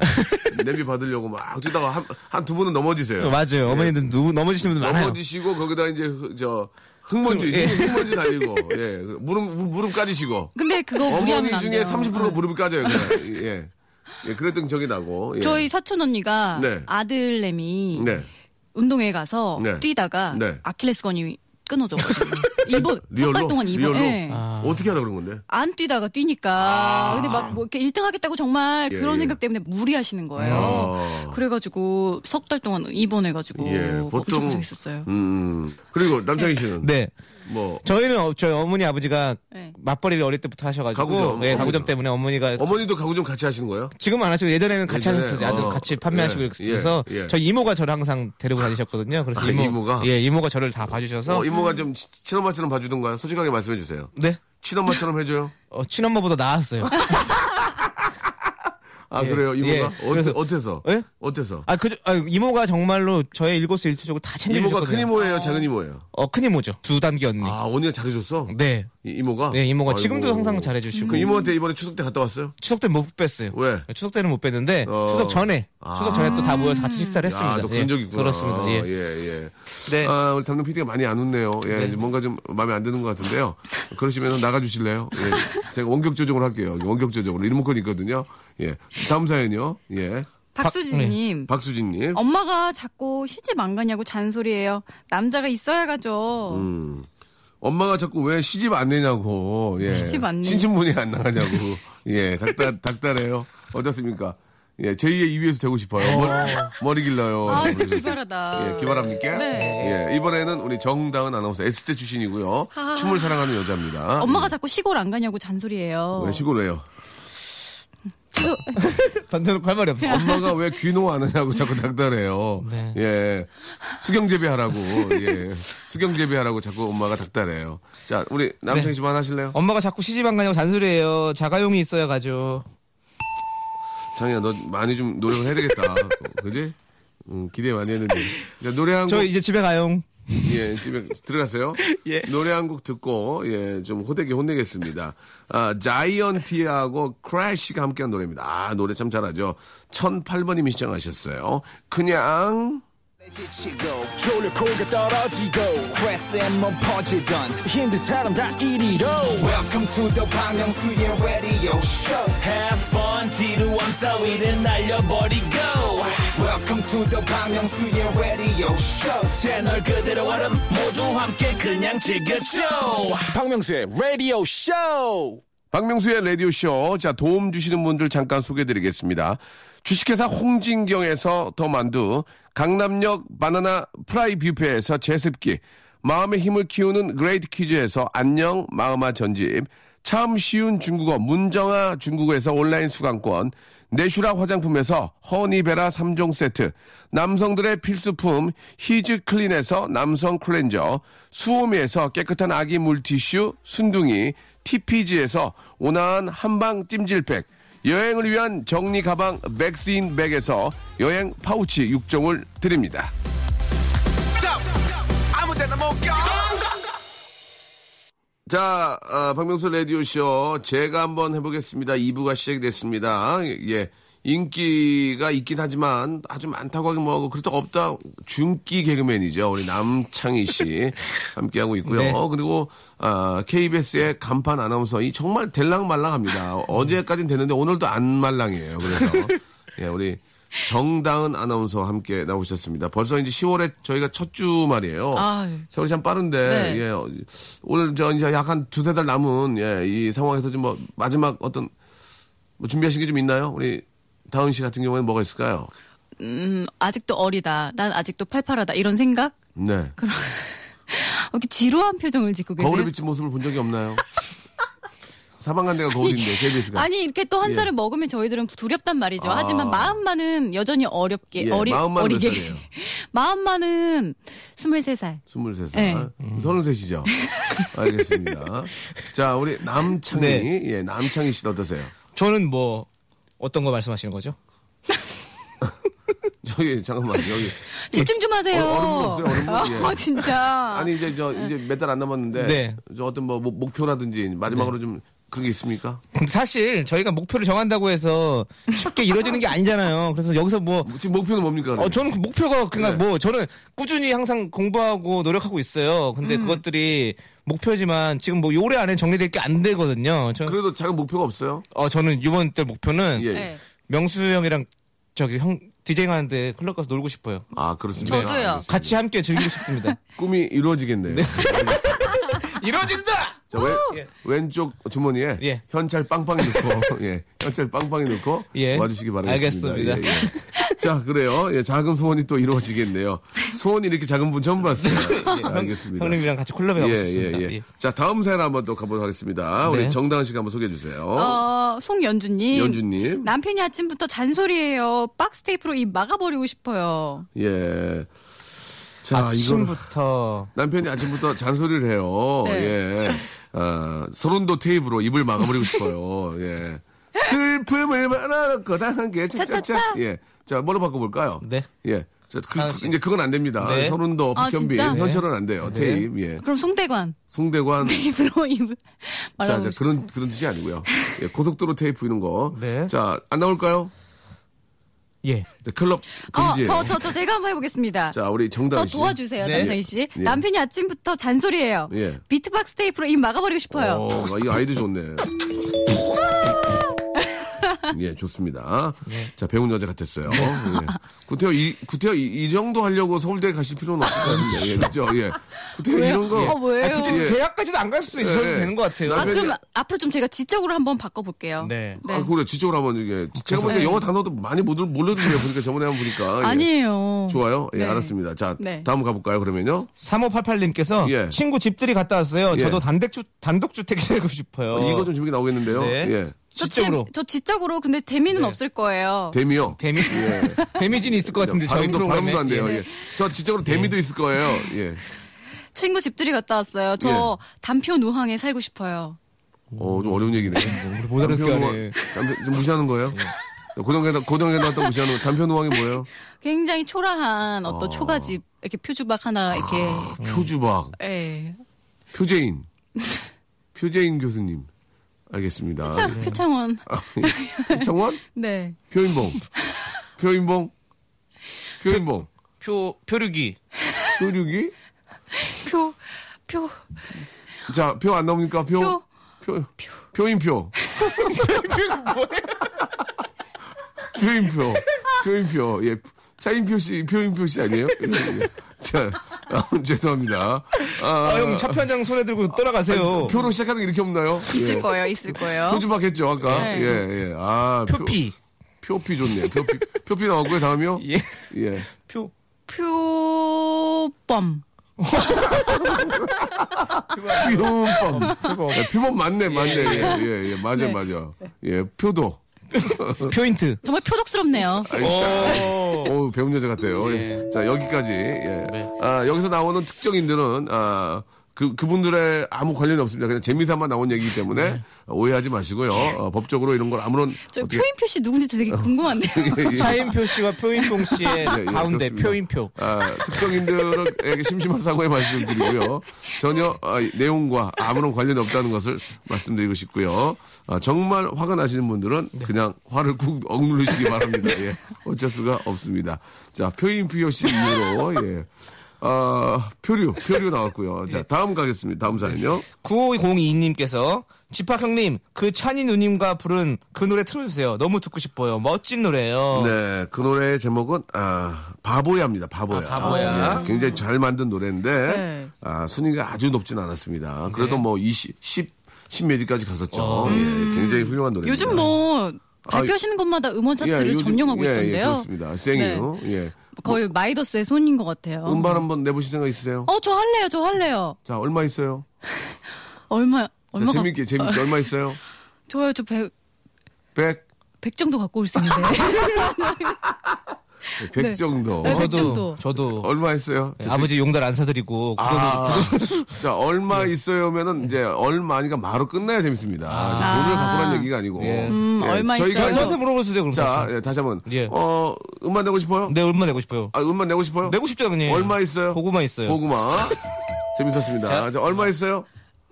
Speaker 2: 냄비 받으려고 막 뛰다가 한 두 분은 넘어지세요.
Speaker 4: 맞아요. 어머니들 누구 넘어지시는 분들 많아요.
Speaker 2: 예. 넘어지시고 거기다 이제 흐- 저 흙먼지
Speaker 4: 예.
Speaker 2: 흙먼지 달리고 예 무릎 무- 무릎 까지시고
Speaker 3: 근데 그거
Speaker 2: 어머니
Speaker 3: 무리하면 안
Speaker 2: 중에
Speaker 3: 돼요. 네.
Speaker 2: 30%가 무릎을 까져요. 그냥. 예. 예, 그랬던 기억이 나고. 예.
Speaker 3: 저희 사촌 언니가
Speaker 2: 네.
Speaker 3: 아들내미
Speaker 2: 네.
Speaker 3: 운동회 가서
Speaker 2: 네.
Speaker 3: 뛰다가
Speaker 2: 네. 아킬레스건이
Speaker 3: 끊어져가지고 이번
Speaker 2: 리얼로
Speaker 3: 석달 동안 이번
Speaker 2: 리얼로
Speaker 3: 예.
Speaker 2: 어떻게 하다 그런 건데?
Speaker 3: 안 뛰다가 뛰니까 근데 막 뭐 이렇게 1등 하겠다고 정말
Speaker 2: 아. 예,
Speaker 3: 그런
Speaker 2: 예.
Speaker 3: 생각 때문에 무리하시는 거예요.
Speaker 2: 아.
Speaker 3: 그래가지고 석 달 동안 입원해가지고
Speaker 2: 예,
Speaker 3: 보통
Speaker 2: 보통
Speaker 3: 엄청 고생했었어요.
Speaker 2: 음 그리고 남창희 씨는
Speaker 4: 네.
Speaker 2: 뭐
Speaker 4: 저희는 어- 저희 어머니 아버지가
Speaker 3: 네.
Speaker 4: 맞벌이를 어릴 때부터 하셔가지고
Speaker 2: 가구점,
Speaker 4: 예,
Speaker 2: 가구점.
Speaker 4: 가구점 때문에 어머니가
Speaker 2: 어머니도 가구 좀 같이 하시는 거예요?
Speaker 4: 지금 안 하시고 예전에는 같이
Speaker 2: 예전에,
Speaker 4: 하셨어요. 아들
Speaker 2: 어,
Speaker 4: 같이 판매하시고
Speaker 2: 예,
Speaker 4: 그래서
Speaker 2: 예, 예.
Speaker 4: 저희 이모가 저를 항상 데리고 다니셨거든요. 그래서
Speaker 2: 아,
Speaker 4: 이모,
Speaker 2: 이모가?
Speaker 4: 예 이모가 저를 다 봐주셔서
Speaker 2: 어, 이모가 좀 치- 친엄마처럼 봐주던가요? 솔직하게 말씀해 주세요.
Speaker 4: 네
Speaker 2: 친엄마처럼 해줘요?
Speaker 4: 어, 친엄마보다 나았어요.
Speaker 2: 아
Speaker 4: 예.
Speaker 2: 그래요 이모가
Speaker 4: 예.
Speaker 2: 어,
Speaker 4: 그래서-
Speaker 2: 어때서?
Speaker 4: 예?
Speaker 2: 어때서?
Speaker 4: 아, 그, 아, 이모가 정말로 저의 일거수일투족을 다
Speaker 2: 이모가
Speaker 4: 챙겨주셨거든요.
Speaker 2: 큰 이모예요, 작은 이모예요.
Speaker 4: 어, 큰 이모죠. 두 단계 언니.
Speaker 2: 아 언니가 잘해줬어?
Speaker 4: 네.
Speaker 2: 이, 모가
Speaker 4: 네, 이모가 지금도 항상 잘해주시고.
Speaker 2: 그 이모한테 이번에 추석 때 갔다 왔어요?
Speaker 4: 추석 때는 못 뺐어요.
Speaker 2: 왜?
Speaker 4: 추석 때는 못 뺐는데,
Speaker 2: 어.
Speaker 4: 추석 전에,
Speaker 2: 아.
Speaker 4: 추석 전에 또 다 모여서 같이 식사를 했습니다. 예,
Speaker 2: 아, 너 그런 적 있구나.
Speaker 4: 그렇습니다. 예.
Speaker 2: 아, 예, 예.
Speaker 4: 네.
Speaker 2: 아, 우리 담당 PD가 많이 안 웃네요. 예, 이제 뭔가 좀 마음에 안 드는 것 같은데요. 그러시면 나가주실래요? 예. 제가 원격 조정을 할게요. 원격 조정으로. 리모컨 있거든요. 예. 다음 사연이요. 예.
Speaker 3: 박수진님.
Speaker 2: 네. 박수진님.
Speaker 3: 엄마가 자꾸 시집 안 가냐고 잔소리해요. 남자가 있어야 가죠.
Speaker 2: 음. 엄마가 자꾸 왜 시집 안 내냐고. 예.
Speaker 3: 시집 안 내.
Speaker 2: 신춘문이 안 나가냐고. 예. 닥달, 닥달해요. 어떻습니까? 예. 제2의 2위에서 되고 싶어요. 머리, 머리 길러요.
Speaker 3: 아, 진짜 기발하다.
Speaker 2: 예, 기발합니까?
Speaker 3: 네.
Speaker 2: 예, 이번에는 우리 정다은 아나운서 S대 출신이고요. 춤을 사랑하는 여자입니다.
Speaker 3: 아.
Speaker 2: 예.
Speaker 3: 엄마가 자꾸 시골 안 가냐고 잔소리해요.
Speaker 2: 아, 네. 왜 시골 왜요?
Speaker 4: 반대놓고 할 말이 없어.
Speaker 2: 엄마가 왜 귀노 안 하냐고 자꾸 닥달해요.
Speaker 4: 네.
Speaker 2: 예. 수- 수경 재배하라고. 예. 수경 재배하라고 자꾸 엄마가 닥달해요. 자, 우리 남창희 씨만 하실래요?
Speaker 4: 엄마가 자꾸 시집 안 가냐고 잔소리해요. 자가용이 있어야 가죠.
Speaker 2: 창희야, 너 많이 좀 노력을 해야 되겠다. 그지? 음, 기대 많이 했는데. 자, 노래 한 곡,
Speaker 4: 저 이제 집에 가용.
Speaker 2: 예, 집에 들어가세요.
Speaker 4: 예.
Speaker 2: 노래 한 곡 듣고, 예, 좀 호되게 혼내겠습니다. 아, 자이언티하고 크래쉬가 함께한 노래입니다. 아, 노래 참 잘하죠. 1008번님이 시청하셨어요. 그냥.
Speaker 6: 지치고, 졸려 코가 떨어지고, 스트레스에 몸 퍼지던, 힘든 사람 다 이리로. welcome to the Bang Myung-soo's radio show
Speaker 7: Have fun 지루함 따위를 날려버리고
Speaker 6: welcome to the Bang Myung-soo's radio show
Speaker 7: 채널 그대로 얼음 모두 함께 그냥 즐겨줘
Speaker 1: 박명수의 라디오 쇼.
Speaker 2: 박명수의 라디오쇼. 자, 도움 주시는 분들 잠깐 소개해드리겠습니다. 주식회사 홍진경에서 더 만두, 강남역 바나나 프라이 뷔페에서 제습기, 마음의 힘을 키우는 그레이트 퀴즈에서 안녕 마음아 전집, 참 쉬운 중국어 문정아 중국어에서 온라인 수강권, 내슈라 화장품에서 허니베라 3종 세트, 남성들의 필수품 히즈 클린에서 남성 클렌저, 수오미에서 깨끗한 아기 물티슈 순둥이, TPG에서 온화한 한방 찜질팩, 여행을 위한 정리 가방 맥스인 백에서 여행 파우치 6종을 드립니다. 자, 아, 박명수 라디오쇼 제가 한번 해보겠습니다. 2부가 시작됐습니다. 예. 인기가 있긴 하지만 아주 많다고 하긴 뭐하고 그렇다고 없다 중기 개그맨이죠 우리 남창희 씨 함께하고 있고요
Speaker 4: 네.
Speaker 2: 그리고 아, KBS의 간판 아나운서 이 정말 될랑말랑합니다 어제까진 됐는데 오늘도 안 말랑이에요 그래서 예 우리 정다은 아나운서 함께 나오셨습니다 벌써 이제 10월에 저희가 첫 주 말이에요
Speaker 3: 아유.
Speaker 2: 세월이 참 빠른데
Speaker 3: 네.
Speaker 2: 예, 어, 오늘 저 이제 약한 두세 달 남은 예, 이 상황에서 좀 뭐 마지막 어떤 뭐 준비하신 게 좀 있나요? 우리 다은 씨 같은 경우에는 뭐가 있을까요?
Speaker 3: 음, 아직도 어리다. 난 아직도 팔팔하다. 이런 생각?
Speaker 2: 네.
Speaker 3: 그런 이렇게 지루한 표정을 짓고 계세요.
Speaker 2: 거울에 비친 모습을 본 적이 없나요? 사방간대가 거울인데 KBS가
Speaker 3: 아니 이렇게 또 한 살을 먹으면 저희들은 두렵단 말이죠.
Speaker 2: 예. 아.
Speaker 3: 하지만 마음만은 여전히 어렵게
Speaker 2: 예,
Speaker 3: 어리
Speaker 2: 마음만은 몇
Speaker 3: 어리게
Speaker 2: 살이에요?
Speaker 3: 마음만은 23살.
Speaker 2: 23살,
Speaker 3: 네.
Speaker 2: 33이죠. 알겠습니다. 자, 우리 남창희,
Speaker 4: 네.
Speaker 2: 예, 남창희 씨도 어떠세요?
Speaker 4: 저는 뭐, 어떤 거 말씀하시는 거죠?
Speaker 2: 저기 잠깐만 여기
Speaker 3: 집중 좀 하세요.
Speaker 2: 어, 얼음물 없어요, 얼음물?
Speaker 3: 아,
Speaker 2: 예.
Speaker 3: 진짜.
Speaker 2: 아니 이제 저 이제 몇 달 안 남았는데
Speaker 4: 네.
Speaker 2: 저 어떤 뭐 목- 목표라든지 마지막으로 좀 그런 게 있습니까?
Speaker 4: 사실 저희가 목표를 정한다고 해서 쉽게 이루어지는 게 아니잖아요. 그래서 여기서 뭐,
Speaker 2: 지금 목표는 뭡니까?
Speaker 4: 어, 저는 그 목표가 그냥
Speaker 2: 네.
Speaker 4: 뭐 저는 꾸준히 항상 공부하고 노력하고 있어요.
Speaker 2: 음.
Speaker 4: 근데 그것들이 목표지만 지금 뭐 올해 안에 정리될 게 안 되거든요. 저는
Speaker 2: 그래도 작은 목표가 없어요?
Speaker 4: 어 저는 이번 때 목표는
Speaker 2: 예.
Speaker 3: 네.
Speaker 4: 명수 형이랑 저기 형 디제잉 하는데 클럽 가서 놀고 싶어요.
Speaker 2: 아 그렇습니다.
Speaker 3: 저도요.
Speaker 2: 알겠습니다.
Speaker 4: 같이 함께 즐기고 싶습니다.
Speaker 2: 꿈이 이루어지겠네요. 알겠습니다.
Speaker 4: 이루어진다.
Speaker 2: 자, 왼, 왼쪽 주머니에
Speaker 4: 예.
Speaker 2: 현찰 빵빵이 넣고 예. 현찰 빵빵이 넣고
Speaker 4: 예.
Speaker 2: 와주시기 바라겠습니다.
Speaker 4: 알겠습니다.
Speaker 2: 예, 예. 자, 그래요. 예, 작은 소원이 또 이루어지겠네요. 소원이 이렇게 작은 분 처음 봤어요. 예, 알겠습니다.
Speaker 4: 형님이랑 같이 콜라보 하고 싶습니다. 예.
Speaker 2: 자, 다음 사연 한번 또 가보도록 하겠습니다. 우리
Speaker 4: 네.
Speaker 2: 정다은 씨가 한번 소개해 주세요.
Speaker 3: 어, 송연주님.
Speaker 2: 연주님.
Speaker 3: 남편이 아침부터 잔소리해요. 박스 테이프로 입 막아버리고 싶어요.
Speaker 2: 예. 자, 이거
Speaker 4: 아침부터
Speaker 2: 남편이 아침부터 잔소리를 해요.
Speaker 3: 네.
Speaker 2: 예. 어, 서론도 테이프로 입을 막아버리고 싶어요. 예. 슬픔을 말할 거다 한게 차차차.
Speaker 3: 차차차.
Speaker 2: 예. 자, 뭐로 바꿔볼까요?
Speaker 4: 네.
Speaker 2: 예. 자, 그,
Speaker 4: 하나
Speaker 2: 그-
Speaker 4: 씩.
Speaker 2: 이제 그건 안 됩니다.
Speaker 4: 네.
Speaker 2: 서른도,
Speaker 3: 아,
Speaker 2: 박현빈,
Speaker 3: 진짜?
Speaker 2: 현철은 안 돼요. 테이프, 예.
Speaker 3: 그럼 송대관.
Speaker 2: 송대관,
Speaker 3: 테이프로 입을
Speaker 2: 자,
Speaker 3: 네. 말아버리고
Speaker 2: 자,
Speaker 3: 싶어요.
Speaker 2: 그런, 그런 뜻이 아니고요. 예, 고속도로 테이프 이런 거.
Speaker 4: 네.
Speaker 2: 자, 안 나올까요?
Speaker 4: 예.
Speaker 2: 자, 클럽.
Speaker 3: 어,
Speaker 2: 금지.
Speaker 3: 저, 저, 저 제가 한번 해보겠습니다.
Speaker 2: 자, 우리
Speaker 3: 저
Speaker 2: 정다은 씨.
Speaker 3: 도와주세요,
Speaker 4: 네.
Speaker 3: 남정희 씨.
Speaker 2: 예.
Speaker 3: 남편이 아침부터 잔소리해요.
Speaker 2: 예.
Speaker 3: 비트박스 테이프로 입 막아버리고 싶어요.
Speaker 2: 어, 이 아이도 좋네. 예, 좋습니다.
Speaker 3: 네.
Speaker 2: 자, 배운 여자 같았어요. 예. 구태여, 이, 구태여, 이, 이 정도 하려고 서울대 가실 필요는 없을 것 같은데. 예, 그죠? 예. 구태여, 이런 거.
Speaker 3: 어, 왜요?
Speaker 2: 아, 굳이
Speaker 4: 예.
Speaker 2: 예.
Speaker 4: 대학까지도 안 갈 수도 있어도
Speaker 2: 예.
Speaker 4: 되는 것 같아요.
Speaker 3: 아,
Speaker 2: 남편이-
Speaker 3: 그럼 앞으로 좀 제가 지적으로 한번 바꿔볼게요.
Speaker 4: 네.
Speaker 3: 네.
Speaker 2: 아, 그래, 지적으로 한번 이게. 제가 보니까
Speaker 3: 네.
Speaker 2: 영어 단어도 많이 못, 몰라드려요. 보니까 저번에 한번 보니까. 예.
Speaker 3: 아니에요.
Speaker 2: 좋아요. 예,
Speaker 3: 네.
Speaker 2: 알았습니다. 자,
Speaker 3: 네.
Speaker 2: 다음 가볼까요, 그러면요?
Speaker 4: 3588님께서
Speaker 2: 예.
Speaker 4: 친구 집들이 갔다 왔어요.
Speaker 2: 예.
Speaker 4: 저도 단독주, 단독주택 살고 싶어요.
Speaker 2: 이거 좀 재밌게 나오겠는데요.
Speaker 4: 네.
Speaker 2: 예.
Speaker 3: 저, 지,
Speaker 4: 지적으로.
Speaker 3: 저 지적으로 근데 재미는
Speaker 4: 네.
Speaker 3: 없을 거예요.
Speaker 2: 데미요.
Speaker 4: 데미, 데미진이 있을 것 같은데 저희
Speaker 2: 예. 발음도,
Speaker 4: 프로그램에. 네.
Speaker 2: 발음도 안 돼요.
Speaker 4: 예.
Speaker 2: 예. 저 지적으로 데미도 있을 거예요. 예.
Speaker 3: 친구 집들이 갔다 왔어요. 저 단표 누항에 살고 싶어요.
Speaker 2: 어, 좀 어려운 얘기네.
Speaker 4: 음, 뭐, 우리 못 알아듣게 하네. 네.
Speaker 2: 단편, 좀 무시하는 거예요? 고등학교, 나- 고등학교 나왔다 무시하는 거. 단편 우왕이 뭐예요?
Speaker 3: 굉장히 초라한
Speaker 2: 아.
Speaker 3: 어떤 초가집 이렇게 표주박 하나 이렇게
Speaker 4: 음.
Speaker 2: 표주박,
Speaker 3: 예.
Speaker 2: 표재인. 표재인 교수님. 알겠습니다. 네.
Speaker 3: 자, 표창원.
Speaker 2: 창원?
Speaker 3: 네.
Speaker 2: 표인봉. 표인봉. 표인봉.
Speaker 4: 표, 표류기.
Speaker 2: 표류기?
Speaker 3: 표, 표,
Speaker 2: 자, 표 안 나옵니까? 표.
Speaker 3: 표.
Speaker 2: 표. 표인표. 표인표. 표인표. 예. 차인표 씨, 표인표 씨 아니에요? 예, 예. 자, 아, 죄송합니다.
Speaker 4: 아, 형, 차표 한 장 손에 들고 떠나가세요.
Speaker 2: 표로 시작하는 게 이렇게 없나요?
Speaker 3: 있을
Speaker 2: 예.
Speaker 3: 거예요, 있을 거예요.
Speaker 2: 표주박 했죠, 아까?
Speaker 3: 네.
Speaker 2: 예, 예. 아, 표-
Speaker 4: 표피.
Speaker 2: 표피 좋네요. 표피. 표피 나왔고요, 다음이요?
Speaker 4: 예.
Speaker 2: 예.
Speaker 4: 표.
Speaker 3: 표범.
Speaker 2: 표범.
Speaker 4: 표범.
Speaker 2: 예, 표범 맞네, 맞네. 예, 예, 예. 맞아,
Speaker 3: 네.
Speaker 2: 맞아. 예, 표도.
Speaker 4: 표인트.
Speaker 3: 정말 표독스럽네요.
Speaker 2: 아,
Speaker 4: 오.
Speaker 2: 오, 어, 배운 여자 같아요. 예. 자, 여기까지. 예. 아, 여기서 나오는 특정인들은, 아, 그, 그분들의 아무 관련이 없습니다. 그냥 재미삼아 나온 얘기이기 때문에 오해하지 마시고요. 어, 법적으로 이런 걸 아무런.
Speaker 3: 저
Speaker 2: 어떻게-
Speaker 3: 표인표 씨 누군지 되게 궁금한데요.
Speaker 2: 예, 예.
Speaker 4: 차인표 씨와 표인봉 씨의
Speaker 2: 예,
Speaker 4: 가운데
Speaker 2: 그렇습니다.
Speaker 4: 표인표.
Speaker 2: 아, 특정인들에게 심심한 사고의 말씀을 드리고요. 전혀 아, 이 내용과 아무런 관련이 없다는 것을 말씀드리고 싶고요. 아, 정말 화가 나시는 분들은
Speaker 4: 네.
Speaker 2: 그냥 화를 꾹 억누르시기 바랍니다. 예. 어쩔 수가 없습니다. 자, 표인표 씨 이후로, 예. 아, 표류, 표류 나왔고요.
Speaker 4: 네.
Speaker 2: 자, 다음 가겠습니다. 다음 사연요.
Speaker 4: 9022님께서 집학 형님 그 찬이 누님과 부른 그 노래 틀어주세요. 너무 듣고 싶어요. 멋진 노래예요.
Speaker 2: 네, 그 노래의 제목은 아 바보야입니다. 바보야.
Speaker 4: 아, 바보야.
Speaker 2: 예, 굉장히 잘 만든 노래인데
Speaker 3: 네.
Speaker 2: 아, 순위가 아주 높진 않았습니다. 그래도
Speaker 4: 네.
Speaker 2: 뭐 20, 10, 10몇 위까지
Speaker 4: 어.
Speaker 2: 갔었죠. 예, 굉장히 훌륭한 노래.
Speaker 3: 요즘
Speaker 2: 아,
Speaker 3: 뭐 발표하시는 것마다 음원 차트를 점령하고
Speaker 2: 예,
Speaker 3: 있던데요. 네.
Speaker 2: 그렇습니다. 생유. 예.
Speaker 3: 거의 마이더스의 손인 것 같아요.
Speaker 2: 음반 한번 내보실 생각 있으세요?
Speaker 3: 어, 저 할래요, 저 할래요.
Speaker 2: 자, 얼마 있어요?
Speaker 3: 얼마,
Speaker 2: 자,
Speaker 3: 얼마. 가-
Speaker 2: 재밌게, 재밌게. 얼마 있어요?
Speaker 3: 저요, 저 100,
Speaker 2: 100?
Speaker 3: 100 정도 갖고 올 수 있는데.
Speaker 2: 100 정도.
Speaker 3: 네, 백
Speaker 4: 어, 저도
Speaker 3: 정도.
Speaker 4: 저도
Speaker 2: 얼마 있어요? 자,
Speaker 4: 아버지 용달 안 사드리고 그거는
Speaker 2: 아. 자,
Speaker 4: 네.
Speaker 2: 얼마 있어요면은 이제 얼마니까 바로 끝나야 재밌습니다. 자, 돈을 갖고 란 얘기가 아니고.
Speaker 4: 아. 예.
Speaker 3: 음, 얼마
Speaker 2: 저희가
Speaker 3: 있어요?
Speaker 4: 저한테 물어보세요. 그럼
Speaker 2: 아, 자,
Speaker 4: 다시.
Speaker 2: 예, 다시 한번.
Speaker 4: 예.
Speaker 2: 어, 음반 내고 싶어요?
Speaker 4: 네 얼마 내고 싶어요?
Speaker 2: 아, 음반 내고 싶어요?
Speaker 4: 내고 싶죠 형님.
Speaker 2: 얼마 있어요?
Speaker 4: 고구마 있어요.
Speaker 2: 고구마. 재밌었습니다. 자,
Speaker 4: 자.
Speaker 2: 얼마 있어요?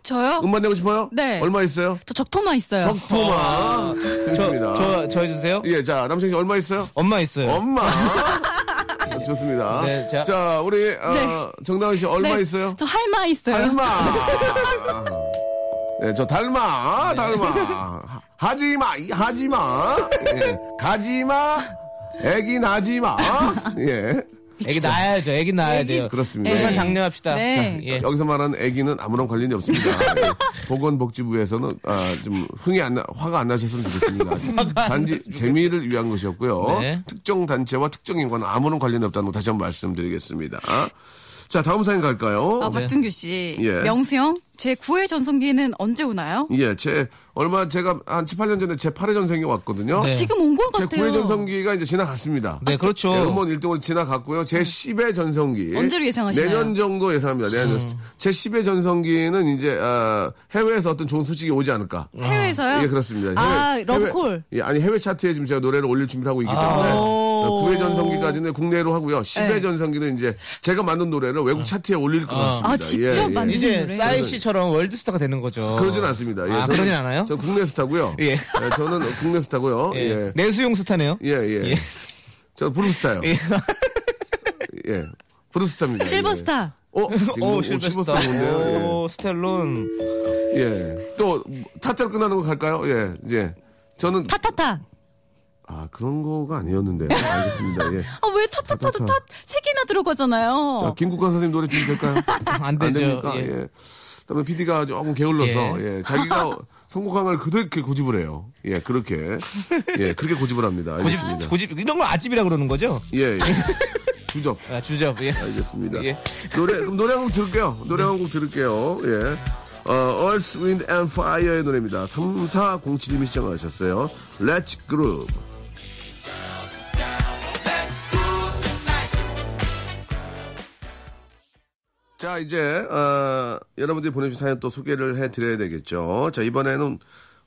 Speaker 3: 저요?
Speaker 2: 음반 내고 싶어요?
Speaker 3: 네.
Speaker 2: 얼마 있어요?
Speaker 3: 저 적토마 있어요.
Speaker 2: 적토마. 재밌습니다.
Speaker 4: 저저 해주세요.
Speaker 2: 예, 자, 남창 씨 얼마 있어요?
Speaker 4: 엄마 있어요.
Speaker 2: 엄마. 어, 좋습니다.
Speaker 4: 네, 자.
Speaker 2: 우리 어,
Speaker 3: 네.
Speaker 2: 정다은 씨 얼마
Speaker 3: 네,
Speaker 2: 있어요?
Speaker 3: 저 할마 있어요.
Speaker 2: 닮아. 예, 저 닮아, 닮아. 하- 하지마, 이- 하지마. 예, 가지마, 애기 나지마. 예.
Speaker 4: 애기 낳아야죠. 애기 낳아야 돼요.
Speaker 2: 그렇습니다.
Speaker 4: 출산
Speaker 2: 네.
Speaker 4: 장려합시다.
Speaker 3: 네.
Speaker 4: 자, 예.
Speaker 2: 여기서 말하는 아기는 아무런 관련이 없습니다. 예. 보건복지부에서는 아, 좀 흥이 안 나, 화가 안 나셨으면 좋겠습니다. 단지 재미를 위한 것이었고요.
Speaker 4: 네.
Speaker 2: 특정 단체와 특정 인과는 아무런 관련이 없다는 거 다시 한번 말씀드리겠습니다. 자, 다음 사연 갈까요?
Speaker 3: 아, 박준규 씨.
Speaker 2: 예.
Speaker 3: 명수형, 제 9회 전성기는 언제 오나요?
Speaker 2: 예, 제 얼마 제가 한 7, 8년 전에 제 8회 전생이 왔거든요.
Speaker 4: 네.
Speaker 3: 지금 온 것
Speaker 2: 제
Speaker 3: 같아요.
Speaker 2: 9회 전성기가 이제 지나갔습니다.
Speaker 4: 네, 그렇죠.
Speaker 2: 예, 음원 1등으로 지나갔고요. 제 10회 전성기.
Speaker 3: 네. 언제로 예상하시나요?
Speaker 2: 내년 정도 예상합니다.
Speaker 4: 음.
Speaker 2: 내년. 제 10회 전성기는 이제 아, 해외에서 어떤 좋은 소식이 오지 않을까.
Speaker 3: 해외에서요?
Speaker 2: 예, 그렇습니다.
Speaker 3: 음. 아,
Speaker 2: 해외-
Speaker 3: 러브콜.
Speaker 2: 해외- 예, 아니 해외 차트에 지금 제가 노래를 올릴 준비를 하고 있기 때문에
Speaker 3: 오.
Speaker 2: 9회 전성기까지는 국내로 하고요. 10회
Speaker 3: 네.
Speaker 2: 전성기는 이제 제가 만든 노래를
Speaker 4: 음.
Speaker 2: 외국 차트에 올릴 것 같습니다. 예,
Speaker 3: 아, 직접 만드신
Speaker 4: 이제
Speaker 3: 노래?
Speaker 4: 싸이 씨처럼 월드스타가 되는 거죠.
Speaker 2: 그러진 않습니다. 예,
Speaker 4: 아,
Speaker 2: 저는-
Speaker 4: 그러진 않아요?
Speaker 2: 저 국내 스타고요.
Speaker 4: 예.
Speaker 2: 예, 저는 국내 스타고요.
Speaker 4: 예.
Speaker 2: 예.
Speaker 4: 내수용 스타네요.
Speaker 2: 예, 예.
Speaker 4: 예.
Speaker 2: 저 브루스타요. 예. 브루스타입니다.
Speaker 3: 실버스타.
Speaker 2: 예. 어, 지금 오, 실버스타. 뭔데요?
Speaker 4: 오, 스텔론.
Speaker 2: 예. 예. 또, 타짜로 끝나는 거 갈까요? 예, 이제. 저는,
Speaker 3: 타타타.
Speaker 2: 아, 그런 거가 아니었는데요. 알겠습니다. 예.
Speaker 3: 아, 왜 타타타도
Speaker 2: 타타타.
Speaker 3: 타, 세 개나 들어가잖아요.
Speaker 2: 자, 김국환 선생님 노래 주면 될까요?
Speaker 4: 안
Speaker 2: 안
Speaker 4: 되죠.
Speaker 2: 됩니까?
Speaker 4: 예.
Speaker 2: 예. 그다음에 PD가 조금 게을러서 예. 자기가 선곡한 걸 그렇게 고집을 해요. 예, 그렇게 예, 그렇게 고집을 합니다. 알겠습니다.
Speaker 4: 고집, 고집, 이런 걸 아집이라 그러는 거죠?
Speaker 2: 예, 예. 주접.
Speaker 4: 아, 주접, 예.
Speaker 2: 알겠습니다.
Speaker 4: 예. 네.
Speaker 2: 노래 그럼 노래 한 곡 들을게요. 노래 한 곡 들을게요. 예. 어, Earth, Wind and Fire의 노래입니다. 3407님이 시청하셨어요. Let's Groove. 자, 이제, 어, 여러분들이 보내주신 사연 또 소개를 해드려야 되겠죠. 자, 이번에는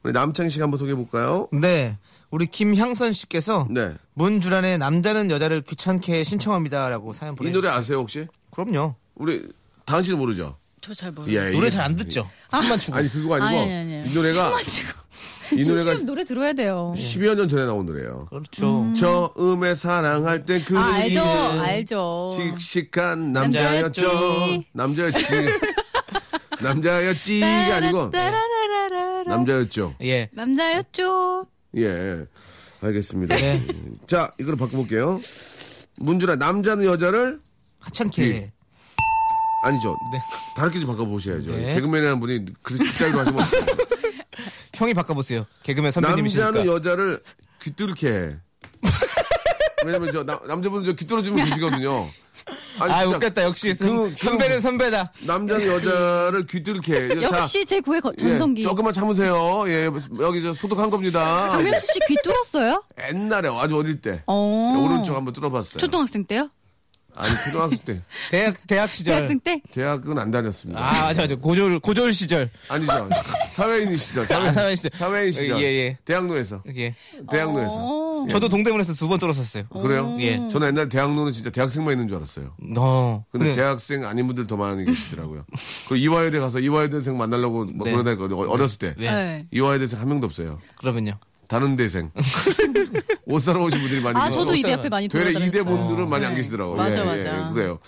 Speaker 2: 우리 남창희 씨가 한번 소개해볼까요?
Speaker 4: 네. 우리 김향선 씨께서
Speaker 2: 네.
Speaker 4: 문주란의 남자는 여자를 귀찮게 신청합니다라고 사연
Speaker 2: 이
Speaker 4: 보내주셨어요.
Speaker 2: 노래 아세요, 혹시?
Speaker 4: 그럼요.
Speaker 2: 우리, 당신은 모르죠?
Speaker 3: 저 잘 모르겠어요.
Speaker 2: 예,
Speaker 4: 노래
Speaker 2: 예.
Speaker 4: 잘 안 듣죠. 춤만 추고.
Speaker 2: 아니, 그거 아니고.
Speaker 3: 아니, 아니, 아니.
Speaker 2: 이 노래가. 이 노래가
Speaker 3: 지금 노래 들어야 돼요.
Speaker 2: 10여 년 전에 나온 노래예요.
Speaker 4: 그렇죠.
Speaker 2: 처음에 사랑할 때 그.
Speaker 3: 아, 알죠. 알죠.
Speaker 2: 씩씩한 남자였죠. 남자였지. 남자였지가 아니고 예.
Speaker 3: 따라라라라라.
Speaker 2: 남자였죠.
Speaker 4: 예.
Speaker 3: 남자였죠.
Speaker 2: 예. 알겠습니다.
Speaker 4: 네.
Speaker 2: 자, 이걸 바꿔볼게요. 문준아, 남자는 여자를 예.
Speaker 4: 하찮게.
Speaker 2: 아니죠.
Speaker 4: 네.
Speaker 2: 다르게 좀 바꿔보셔야죠.
Speaker 4: 네.
Speaker 2: 개그맨이라는 분이 그렇게 직장으로 하시면 안 돼요.
Speaker 4: 형이 바꿔보세요. 개그맨 선배님이시니까.
Speaker 2: 남자는 여자를 귀뚫게 해. 왜냐면 저 남- 남자분은 저 귀뚫어주면 계시거든요. 아니,
Speaker 4: 아,
Speaker 2: 진짜
Speaker 4: 웃겼다. 역시
Speaker 2: 그-
Speaker 4: 선배는 선배다.
Speaker 2: 남자는 여자를 귀뚫게. 해. 자,
Speaker 3: 역시 제 9회
Speaker 2: 예,
Speaker 3: 전성기.
Speaker 2: 조금만 참으세요. 예, 여기 저 소독한 겁니다.
Speaker 3: 박명수 씨 귀 뚫었어요?
Speaker 2: 옛날에 아주 어릴 때
Speaker 3: 어.
Speaker 2: 예, 오른쪽 한번 뚫어봤어요.
Speaker 3: 초등학생 때요?
Speaker 2: 아니 초등학생 때
Speaker 4: 대학 대학
Speaker 2: 예.
Speaker 4: 시절.
Speaker 3: 대학생 때?
Speaker 2: 대학은 안 다녔습니다.
Speaker 4: 아, 맞아, 맞아. 고졸 고졸 시절.
Speaker 2: 아니죠. 사회인 시절.
Speaker 4: 아, 사회인 시절.
Speaker 2: 사회인 시절.
Speaker 4: 예, 예.
Speaker 2: 대학로에서.
Speaker 4: 예.
Speaker 2: 대학로에서.
Speaker 3: 어.
Speaker 4: 저도 동대문에서 두 번 떨었었어요.
Speaker 2: 그래요?
Speaker 4: 예.
Speaker 2: 저는 옛날 대학로는 진짜 대학생만 있는 줄 알았어요.
Speaker 4: 너.
Speaker 2: 근데 대학생 아닌 분들 더 많이 계시더라고요. 그 이화여대 가서 이화여대생 만나려고 막
Speaker 4: 네.
Speaker 2: 돌아다녔거든요. 어렸을 때.
Speaker 4: 네.
Speaker 3: 네.
Speaker 2: 이화여대생 한 명도 없어요.
Speaker 4: 그러면요.
Speaker 2: 다른 대생. 옷 사러 오신 분들이 많이
Speaker 3: 아,
Speaker 2: 계시고.
Speaker 3: 저도 이대 앞에 많이
Speaker 2: 되레
Speaker 3: 돌아다녔어요.
Speaker 2: 이대 분들은 많이 안
Speaker 3: 네.
Speaker 2: 계시더라고요.
Speaker 3: 맞아,
Speaker 2: 예,
Speaker 3: 맞아.
Speaker 2: 예, 그래요.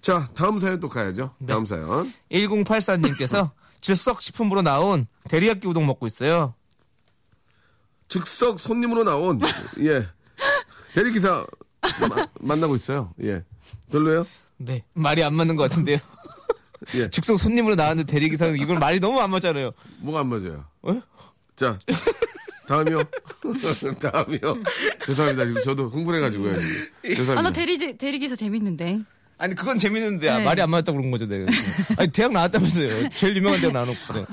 Speaker 2: 자, 다음 사연 또 가야죠.
Speaker 4: 네.
Speaker 2: 다음 사연.
Speaker 4: 1084님께서 즉석식품으로 나온 대리야끼 우동 먹고 있어요.
Speaker 2: 즉석 손님으로 나온, 예. 대리기사 마- 만나고 있어요. 예. 별로예요?
Speaker 4: 네. 말이 안 맞는 것 같은데요.
Speaker 2: 예.
Speaker 4: 즉석 손님으로 나왔는데 대리기사는 이건 말이 너무 안 맞잖아요.
Speaker 2: 뭐가 안 맞아요?
Speaker 4: 어?
Speaker 2: 자. 다음이요. 다음이요. 죄송합니다. 지금 저도 흥분해가지고요. 지금.
Speaker 3: 아, 나
Speaker 2: 죄송합니다.
Speaker 3: 대리, 대리기사 재밌는데.
Speaker 4: 아니 그건 재밌는데 아,
Speaker 3: 네.
Speaker 4: 말이 안 맞다 그런 거죠 내가. 아니 대학 나왔다면서요. 제일 유명한 대학 나왔고요.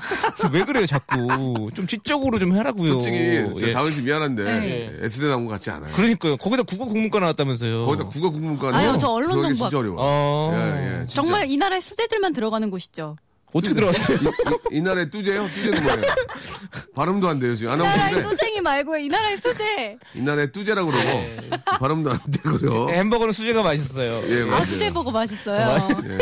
Speaker 4: 왜 그래요 자꾸 좀 지적으로 좀 하라고요.
Speaker 2: 솔직히 저
Speaker 4: 예.
Speaker 2: 다은 씨 미안한데
Speaker 3: 네.
Speaker 2: S대 나온 것 같지 않아요.
Speaker 4: 그러니까요. 거기다 국어 국문과 나왔다면서요.
Speaker 2: 거기다 국어 국문과는
Speaker 3: 아유, 저 언론
Speaker 2: 들어가기
Speaker 3: 정보
Speaker 2: 진짜 어려워.
Speaker 4: 어.
Speaker 2: 예, 예, 진짜.
Speaker 3: 정말 이 나라의 수재들만 들어가는 곳이죠.
Speaker 4: 어떻게 들어왔어요?
Speaker 2: 이, 이 나라의 뚜제요? 뚜제는 뭐예요? 발음도 안 돼요 지금
Speaker 3: 이 나라의
Speaker 2: 아나운서인데
Speaker 3: 소쟁이 말고 이 나라의 수재.
Speaker 2: 이 나라의 뚜제라고
Speaker 4: 네.
Speaker 2: 그러고 발음도 안 되고요.
Speaker 4: 햄버거는 수제가 맛있어요.
Speaker 2: 어? 예
Speaker 3: 아,
Speaker 2: 맞아요.
Speaker 3: 수제버거 맛있어요.
Speaker 2: 예,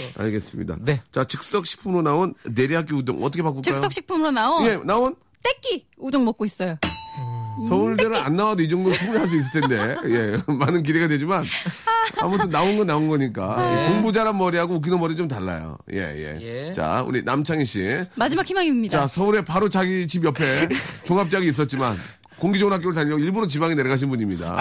Speaker 2: 예. 알겠습니다.
Speaker 4: 네.
Speaker 2: 자 즉석 식품으로 나온 내리학기 우동 어떻게 바꿀까요?
Speaker 3: 즉석식품으로 나온
Speaker 2: 예 나온
Speaker 3: 떼끼 우동 먹고 있어요.
Speaker 2: 서울대는 안 나와도 이 정도 충분할 수 있을 텐데 예 많은 기대가 되지만 아무튼 나온 건 나온 거니까 예, 공부 잘한 머리하고 웃기는 머리 좀 달라요. 예예.
Speaker 4: 네. 예.
Speaker 2: 자 우리 남창희 씨.
Speaker 3: 마지막 희망입니다.
Speaker 2: 자 서울에 바로 자기 집 옆에 종합대학이 있었지만 공기 좋은 학교를 다니고 일부러 지방에 내려가신 분입니다.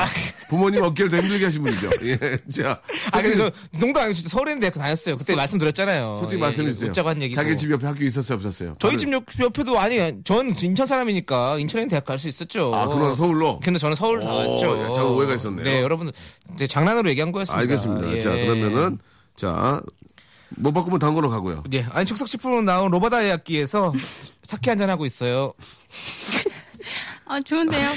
Speaker 2: 부모님 어깨를 더 힘들게 하신 분이죠. 예, 자.
Speaker 4: 아, 근데
Speaker 2: 솔직히-
Speaker 4: 저 농담 아니고 진짜 서울에 있는 대학교 다녔어요. 그때 말씀드렸잖아요.
Speaker 2: 솔직히
Speaker 4: 예,
Speaker 2: 말씀해 주세요.
Speaker 4: 웃자고 한 얘기고.
Speaker 2: 자기 집 옆에 학교 있었어요, 없었어요?
Speaker 4: 저희
Speaker 2: 바로-
Speaker 4: 집 옆, 옆에도 아니, 전 인천 사람이니까 인천에 있는 대학 갈 수 있었죠.
Speaker 2: 아, 그러나 서울로?
Speaker 4: 근데 저는 서울
Speaker 2: 오,
Speaker 4: 나왔죠.
Speaker 2: 야, 잠깐 오해가 있었네요.
Speaker 4: 네, 여러분 이제 장난으로 얘기한 거였습니다.
Speaker 2: 알겠습니다.
Speaker 4: 예.
Speaker 2: 자, 그러면은, 자, 못 바꾸면 단거로 가고요.
Speaker 4: 네, 아니 즉석 식품으로 나온 로바다의 악기에서 사케 한잔 하고 있어요.
Speaker 3: 아, 좋은데요?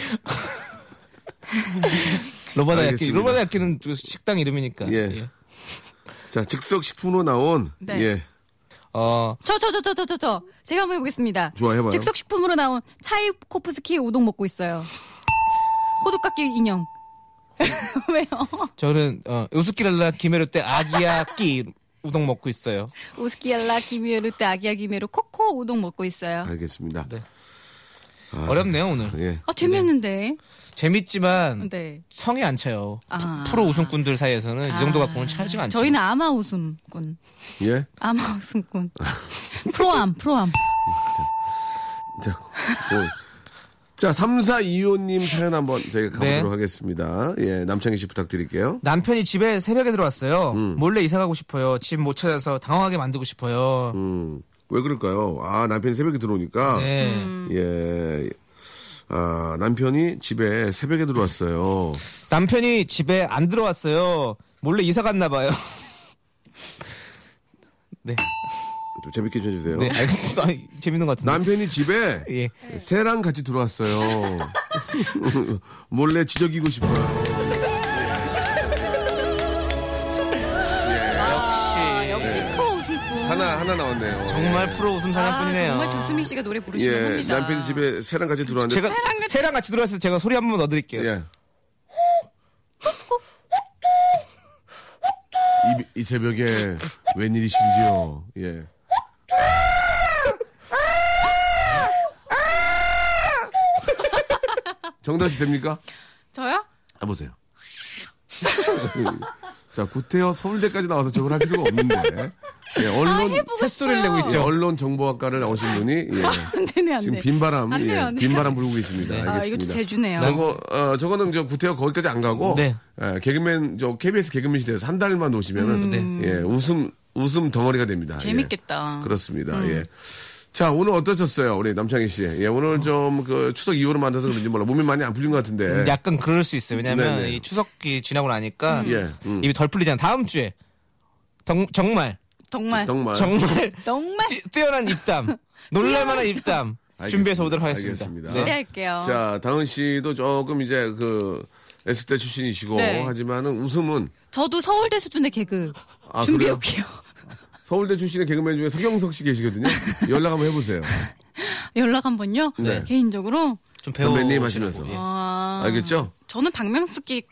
Speaker 4: 로바다의 악기,
Speaker 2: 알겠습니다.
Speaker 4: 로바다의 악기는 그 식당 이름이니까.
Speaker 2: 예. 자, 즉석 식품으로 나온,
Speaker 3: 네.
Speaker 2: 예,
Speaker 4: 어,
Speaker 3: 저, 저, 저, 저, 저, 저, 저. 제가 한번 해보겠습니다.
Speaker 2: 좋아, 해봐요.
Speaker 3: 즉석식품으로 나온 차이코프스키 우동 먹고 있어요. 호두깎이 인형. 왜요?
Speaker 4: 저는 어, 우스키랄라 김에루 때 아기야 끼 우동 먹고 있어요.
Speaker 3: 우스키알라 기미에르 때 아기야 기메로 코코 우동 먹고 있어요.
Speaker 2: 아, 알겠습니다.
Speaker 4: 네. 어렵네요 오늘.
Speaker 2: 예.
Speaker 3: 아, 재밌는데.
Speaker 4: 재밌지만
Speaker 3: 네.
Speaker 4: 성에 안 차요.
Speaker 3: 아.
Speaker 4: 프로 우승꾼들 사이에서는 이 정도 갖고는 차지가 않죠.
Speaker 3: 저희는 아마 웃음꾼.
Speaker 2: 예.
Speaker 3: 아마 웃음꾼. 프로암, 프로암.
Speaker 2: 자, 뭐. 자, 3425님 사연 한번 저희가 가보도록
Speaker 4: 네.
Speaker 2: 하겠습니다. 예, 남창희 씨 부탁드릴게요.
Speaker 4: 남편이 집에 새벽에 들어왔어요.
Speaker 2: 음.
Speaker 4: 몰래 이사 가고 싶어요. 집 못 찾아서 당황하게 만들고 싶어요.
Speaker 2: 음, 왜 그럴까요? 아, 남편이 새벽에 들어오니까.
Speaker 3: 음.
Speaker 4: 네.
Speaker 2: 예. 아, 남편이 집에 새벽에 들어왔어요.
Speaker 4: 남편이 집에 안 들어왔어요. 몰래 이사 갔나 봐요. 네.
Speaker 2: 좀 재밌게 해주세요.
Speaker 4: 네, 알겠습니다. 아, 재밌는 것 같은데.
Speaker 2: 남편이 집에
Speaker 4: 예.
Speaker 2: 새랑 같이 들어왔어요. 몰래 지저귀고 싶어요.
Speaker 3: 아, 역시
Speaker 2: 예.
Speaker 3: 프로 웃음꾼.
Speaker 2: 하나, 하나 나왔네요.
Speaker 4: 정말 프로 웃음 사냥꾼이네요.
Speaker 3: 아, 정말 조수민 씨가 노래 부르시는
Speaker 2: 예,
Speaker 3: 겁니다.
Speaker 2: 남편이 집에 새랑 같이 들어왔는데.
Speaker 4: 제가 새랑 같이 들어왔을 때 제가 소리 한번 넣어드릴게요.
Speaker 2: 예. 이, 이 새벽에 웬일이신지요? 예. 정답이 됩니까?
Speaker 3: 저요?
Speaker 2: 해보세요. 자, 구태여 서울대까지 나와서 저걸 할 필요가 없는데. 예,
Speaker 3: 아,
Speaker 2: 언론,
Speaker 4: 새소리를 내고
Speaker 2: 예,
Speaker 4: 있죠.
Speaker 2: 언론 정보학과를 나오신 분이, 예.
Speaker 3: 안 되네, 안 돼.
Speaker 2: 지금 빈바람,
Speaker 3: 안 돼요,
Speaker 2: 예,
Speaker 3: 안 돼요.
Speaker 2: 빈바람 불고 계십니다.
Speaker 3: 아, 이것도
Speaker 2: 알겠습니다.
Speaker 3: 제주네요.
Speaker 2: 저거 어, 저거는 저 구태여 거기까지 안 가고
Speaker 4: 네.
Speaker 2: 예, 개그맨 저 KBS 개그맨 시대에서 한 달만 오시면은 예, 웃음 웃음 덩어리가 됩니다. 예.
Speaker 3: 재밌겠다. 음.
Speaker 2: 그렇습니다. 예. 자 오늘 어떠셨어요, 우리 남창희 씨? 예, 오늘 좀 그 추석 이후로 만나서 그런지 몰라 몸이 많이 안 풀린 것 같은데.
Speaker 4: 음, 약간 그럴 수 있어요. 왜냐면
Speaker 2: 예. 네네.
Speaker 4: 이 추석기 지나고 나니까
Speaker 2: 예, 음.
Speaker 4: 입이 덜 풀리잖아요. 다음 주에 정, 정말
Speaker 3: 정말.
Speaker 2: 정말. 예.
Speaker 4: 정말
Speaker 3: 정말
Speaker 4: 뛰- 뛰어난 입담 놀랄만한 입담
Speaker 2: 알겠습니다.
Speaker 4: 준비해서 오도록 하겠습니다.
Speaker 2: 알겠습니다.
Speaker 4: 네.
Speaker 3: 기대할게요.
Speaker 2: 자 다은 씨도 조금 이제 그 S대 출신이시고
Speaker 3: 네.
Speaker 2: 하지만은 웃음은
Speaker 3: 저도 서울대 수준의 개그
Speaker 2: 아,
Speaker 3: 준비해올게요.
Speaker 2: 서울대 출신의 개그맨 중에 서경석 씨 계시거든요. 연락 한번 해보세요.
Speaker 3: 연락 한번요.
Speaker 2: 네.
Speaker 3: 개인적으로.
Speaker 4: 좀 예. 배우
Speaker 2: 선배님 하시면서
Speaker 3: 아,
Speaker 2: 알겠죠? 예,
Speaker 3: 저는 박명수께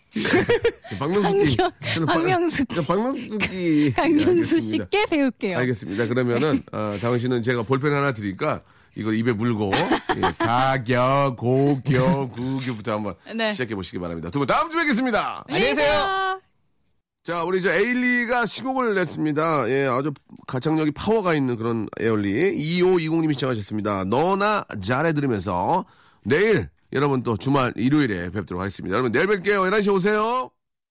Speaker 2: 박명수기.
Speaker 3: 강경- 강명숙 씨.
Speaker 2: 박명수기.
Speaker 3: 강경수
Speaker 2: 알겠습니다.
Speaker 3: 씨께 네. 배울게요.
Speaker 2: 알겠습니다. 그러면은 어, 다은 씨는 제가 볼펜 하나 드리니까 이거 입에 물고 예, 가겨 고겨 구겨부터 한번
Speaker 3: 네.
Speaker 2: 시작해 보시기 바랍니다. 두 분 다음 주에 뵙겠습니다.
Speaker 3: 안녕히 계세요.
Speaker 2: 자, 우리 저 에일리가 시곡을 냈습니다. 예, 아주 가창력이 파워가 있는 그런 에일리. 2520님이 시청하셨습니다. 너나 잘해 들으면서 내일 여러분 또 주말 일요일에 뵙도록 하겠습니다. 여러분 내일 뵐게요. 11시 오세요.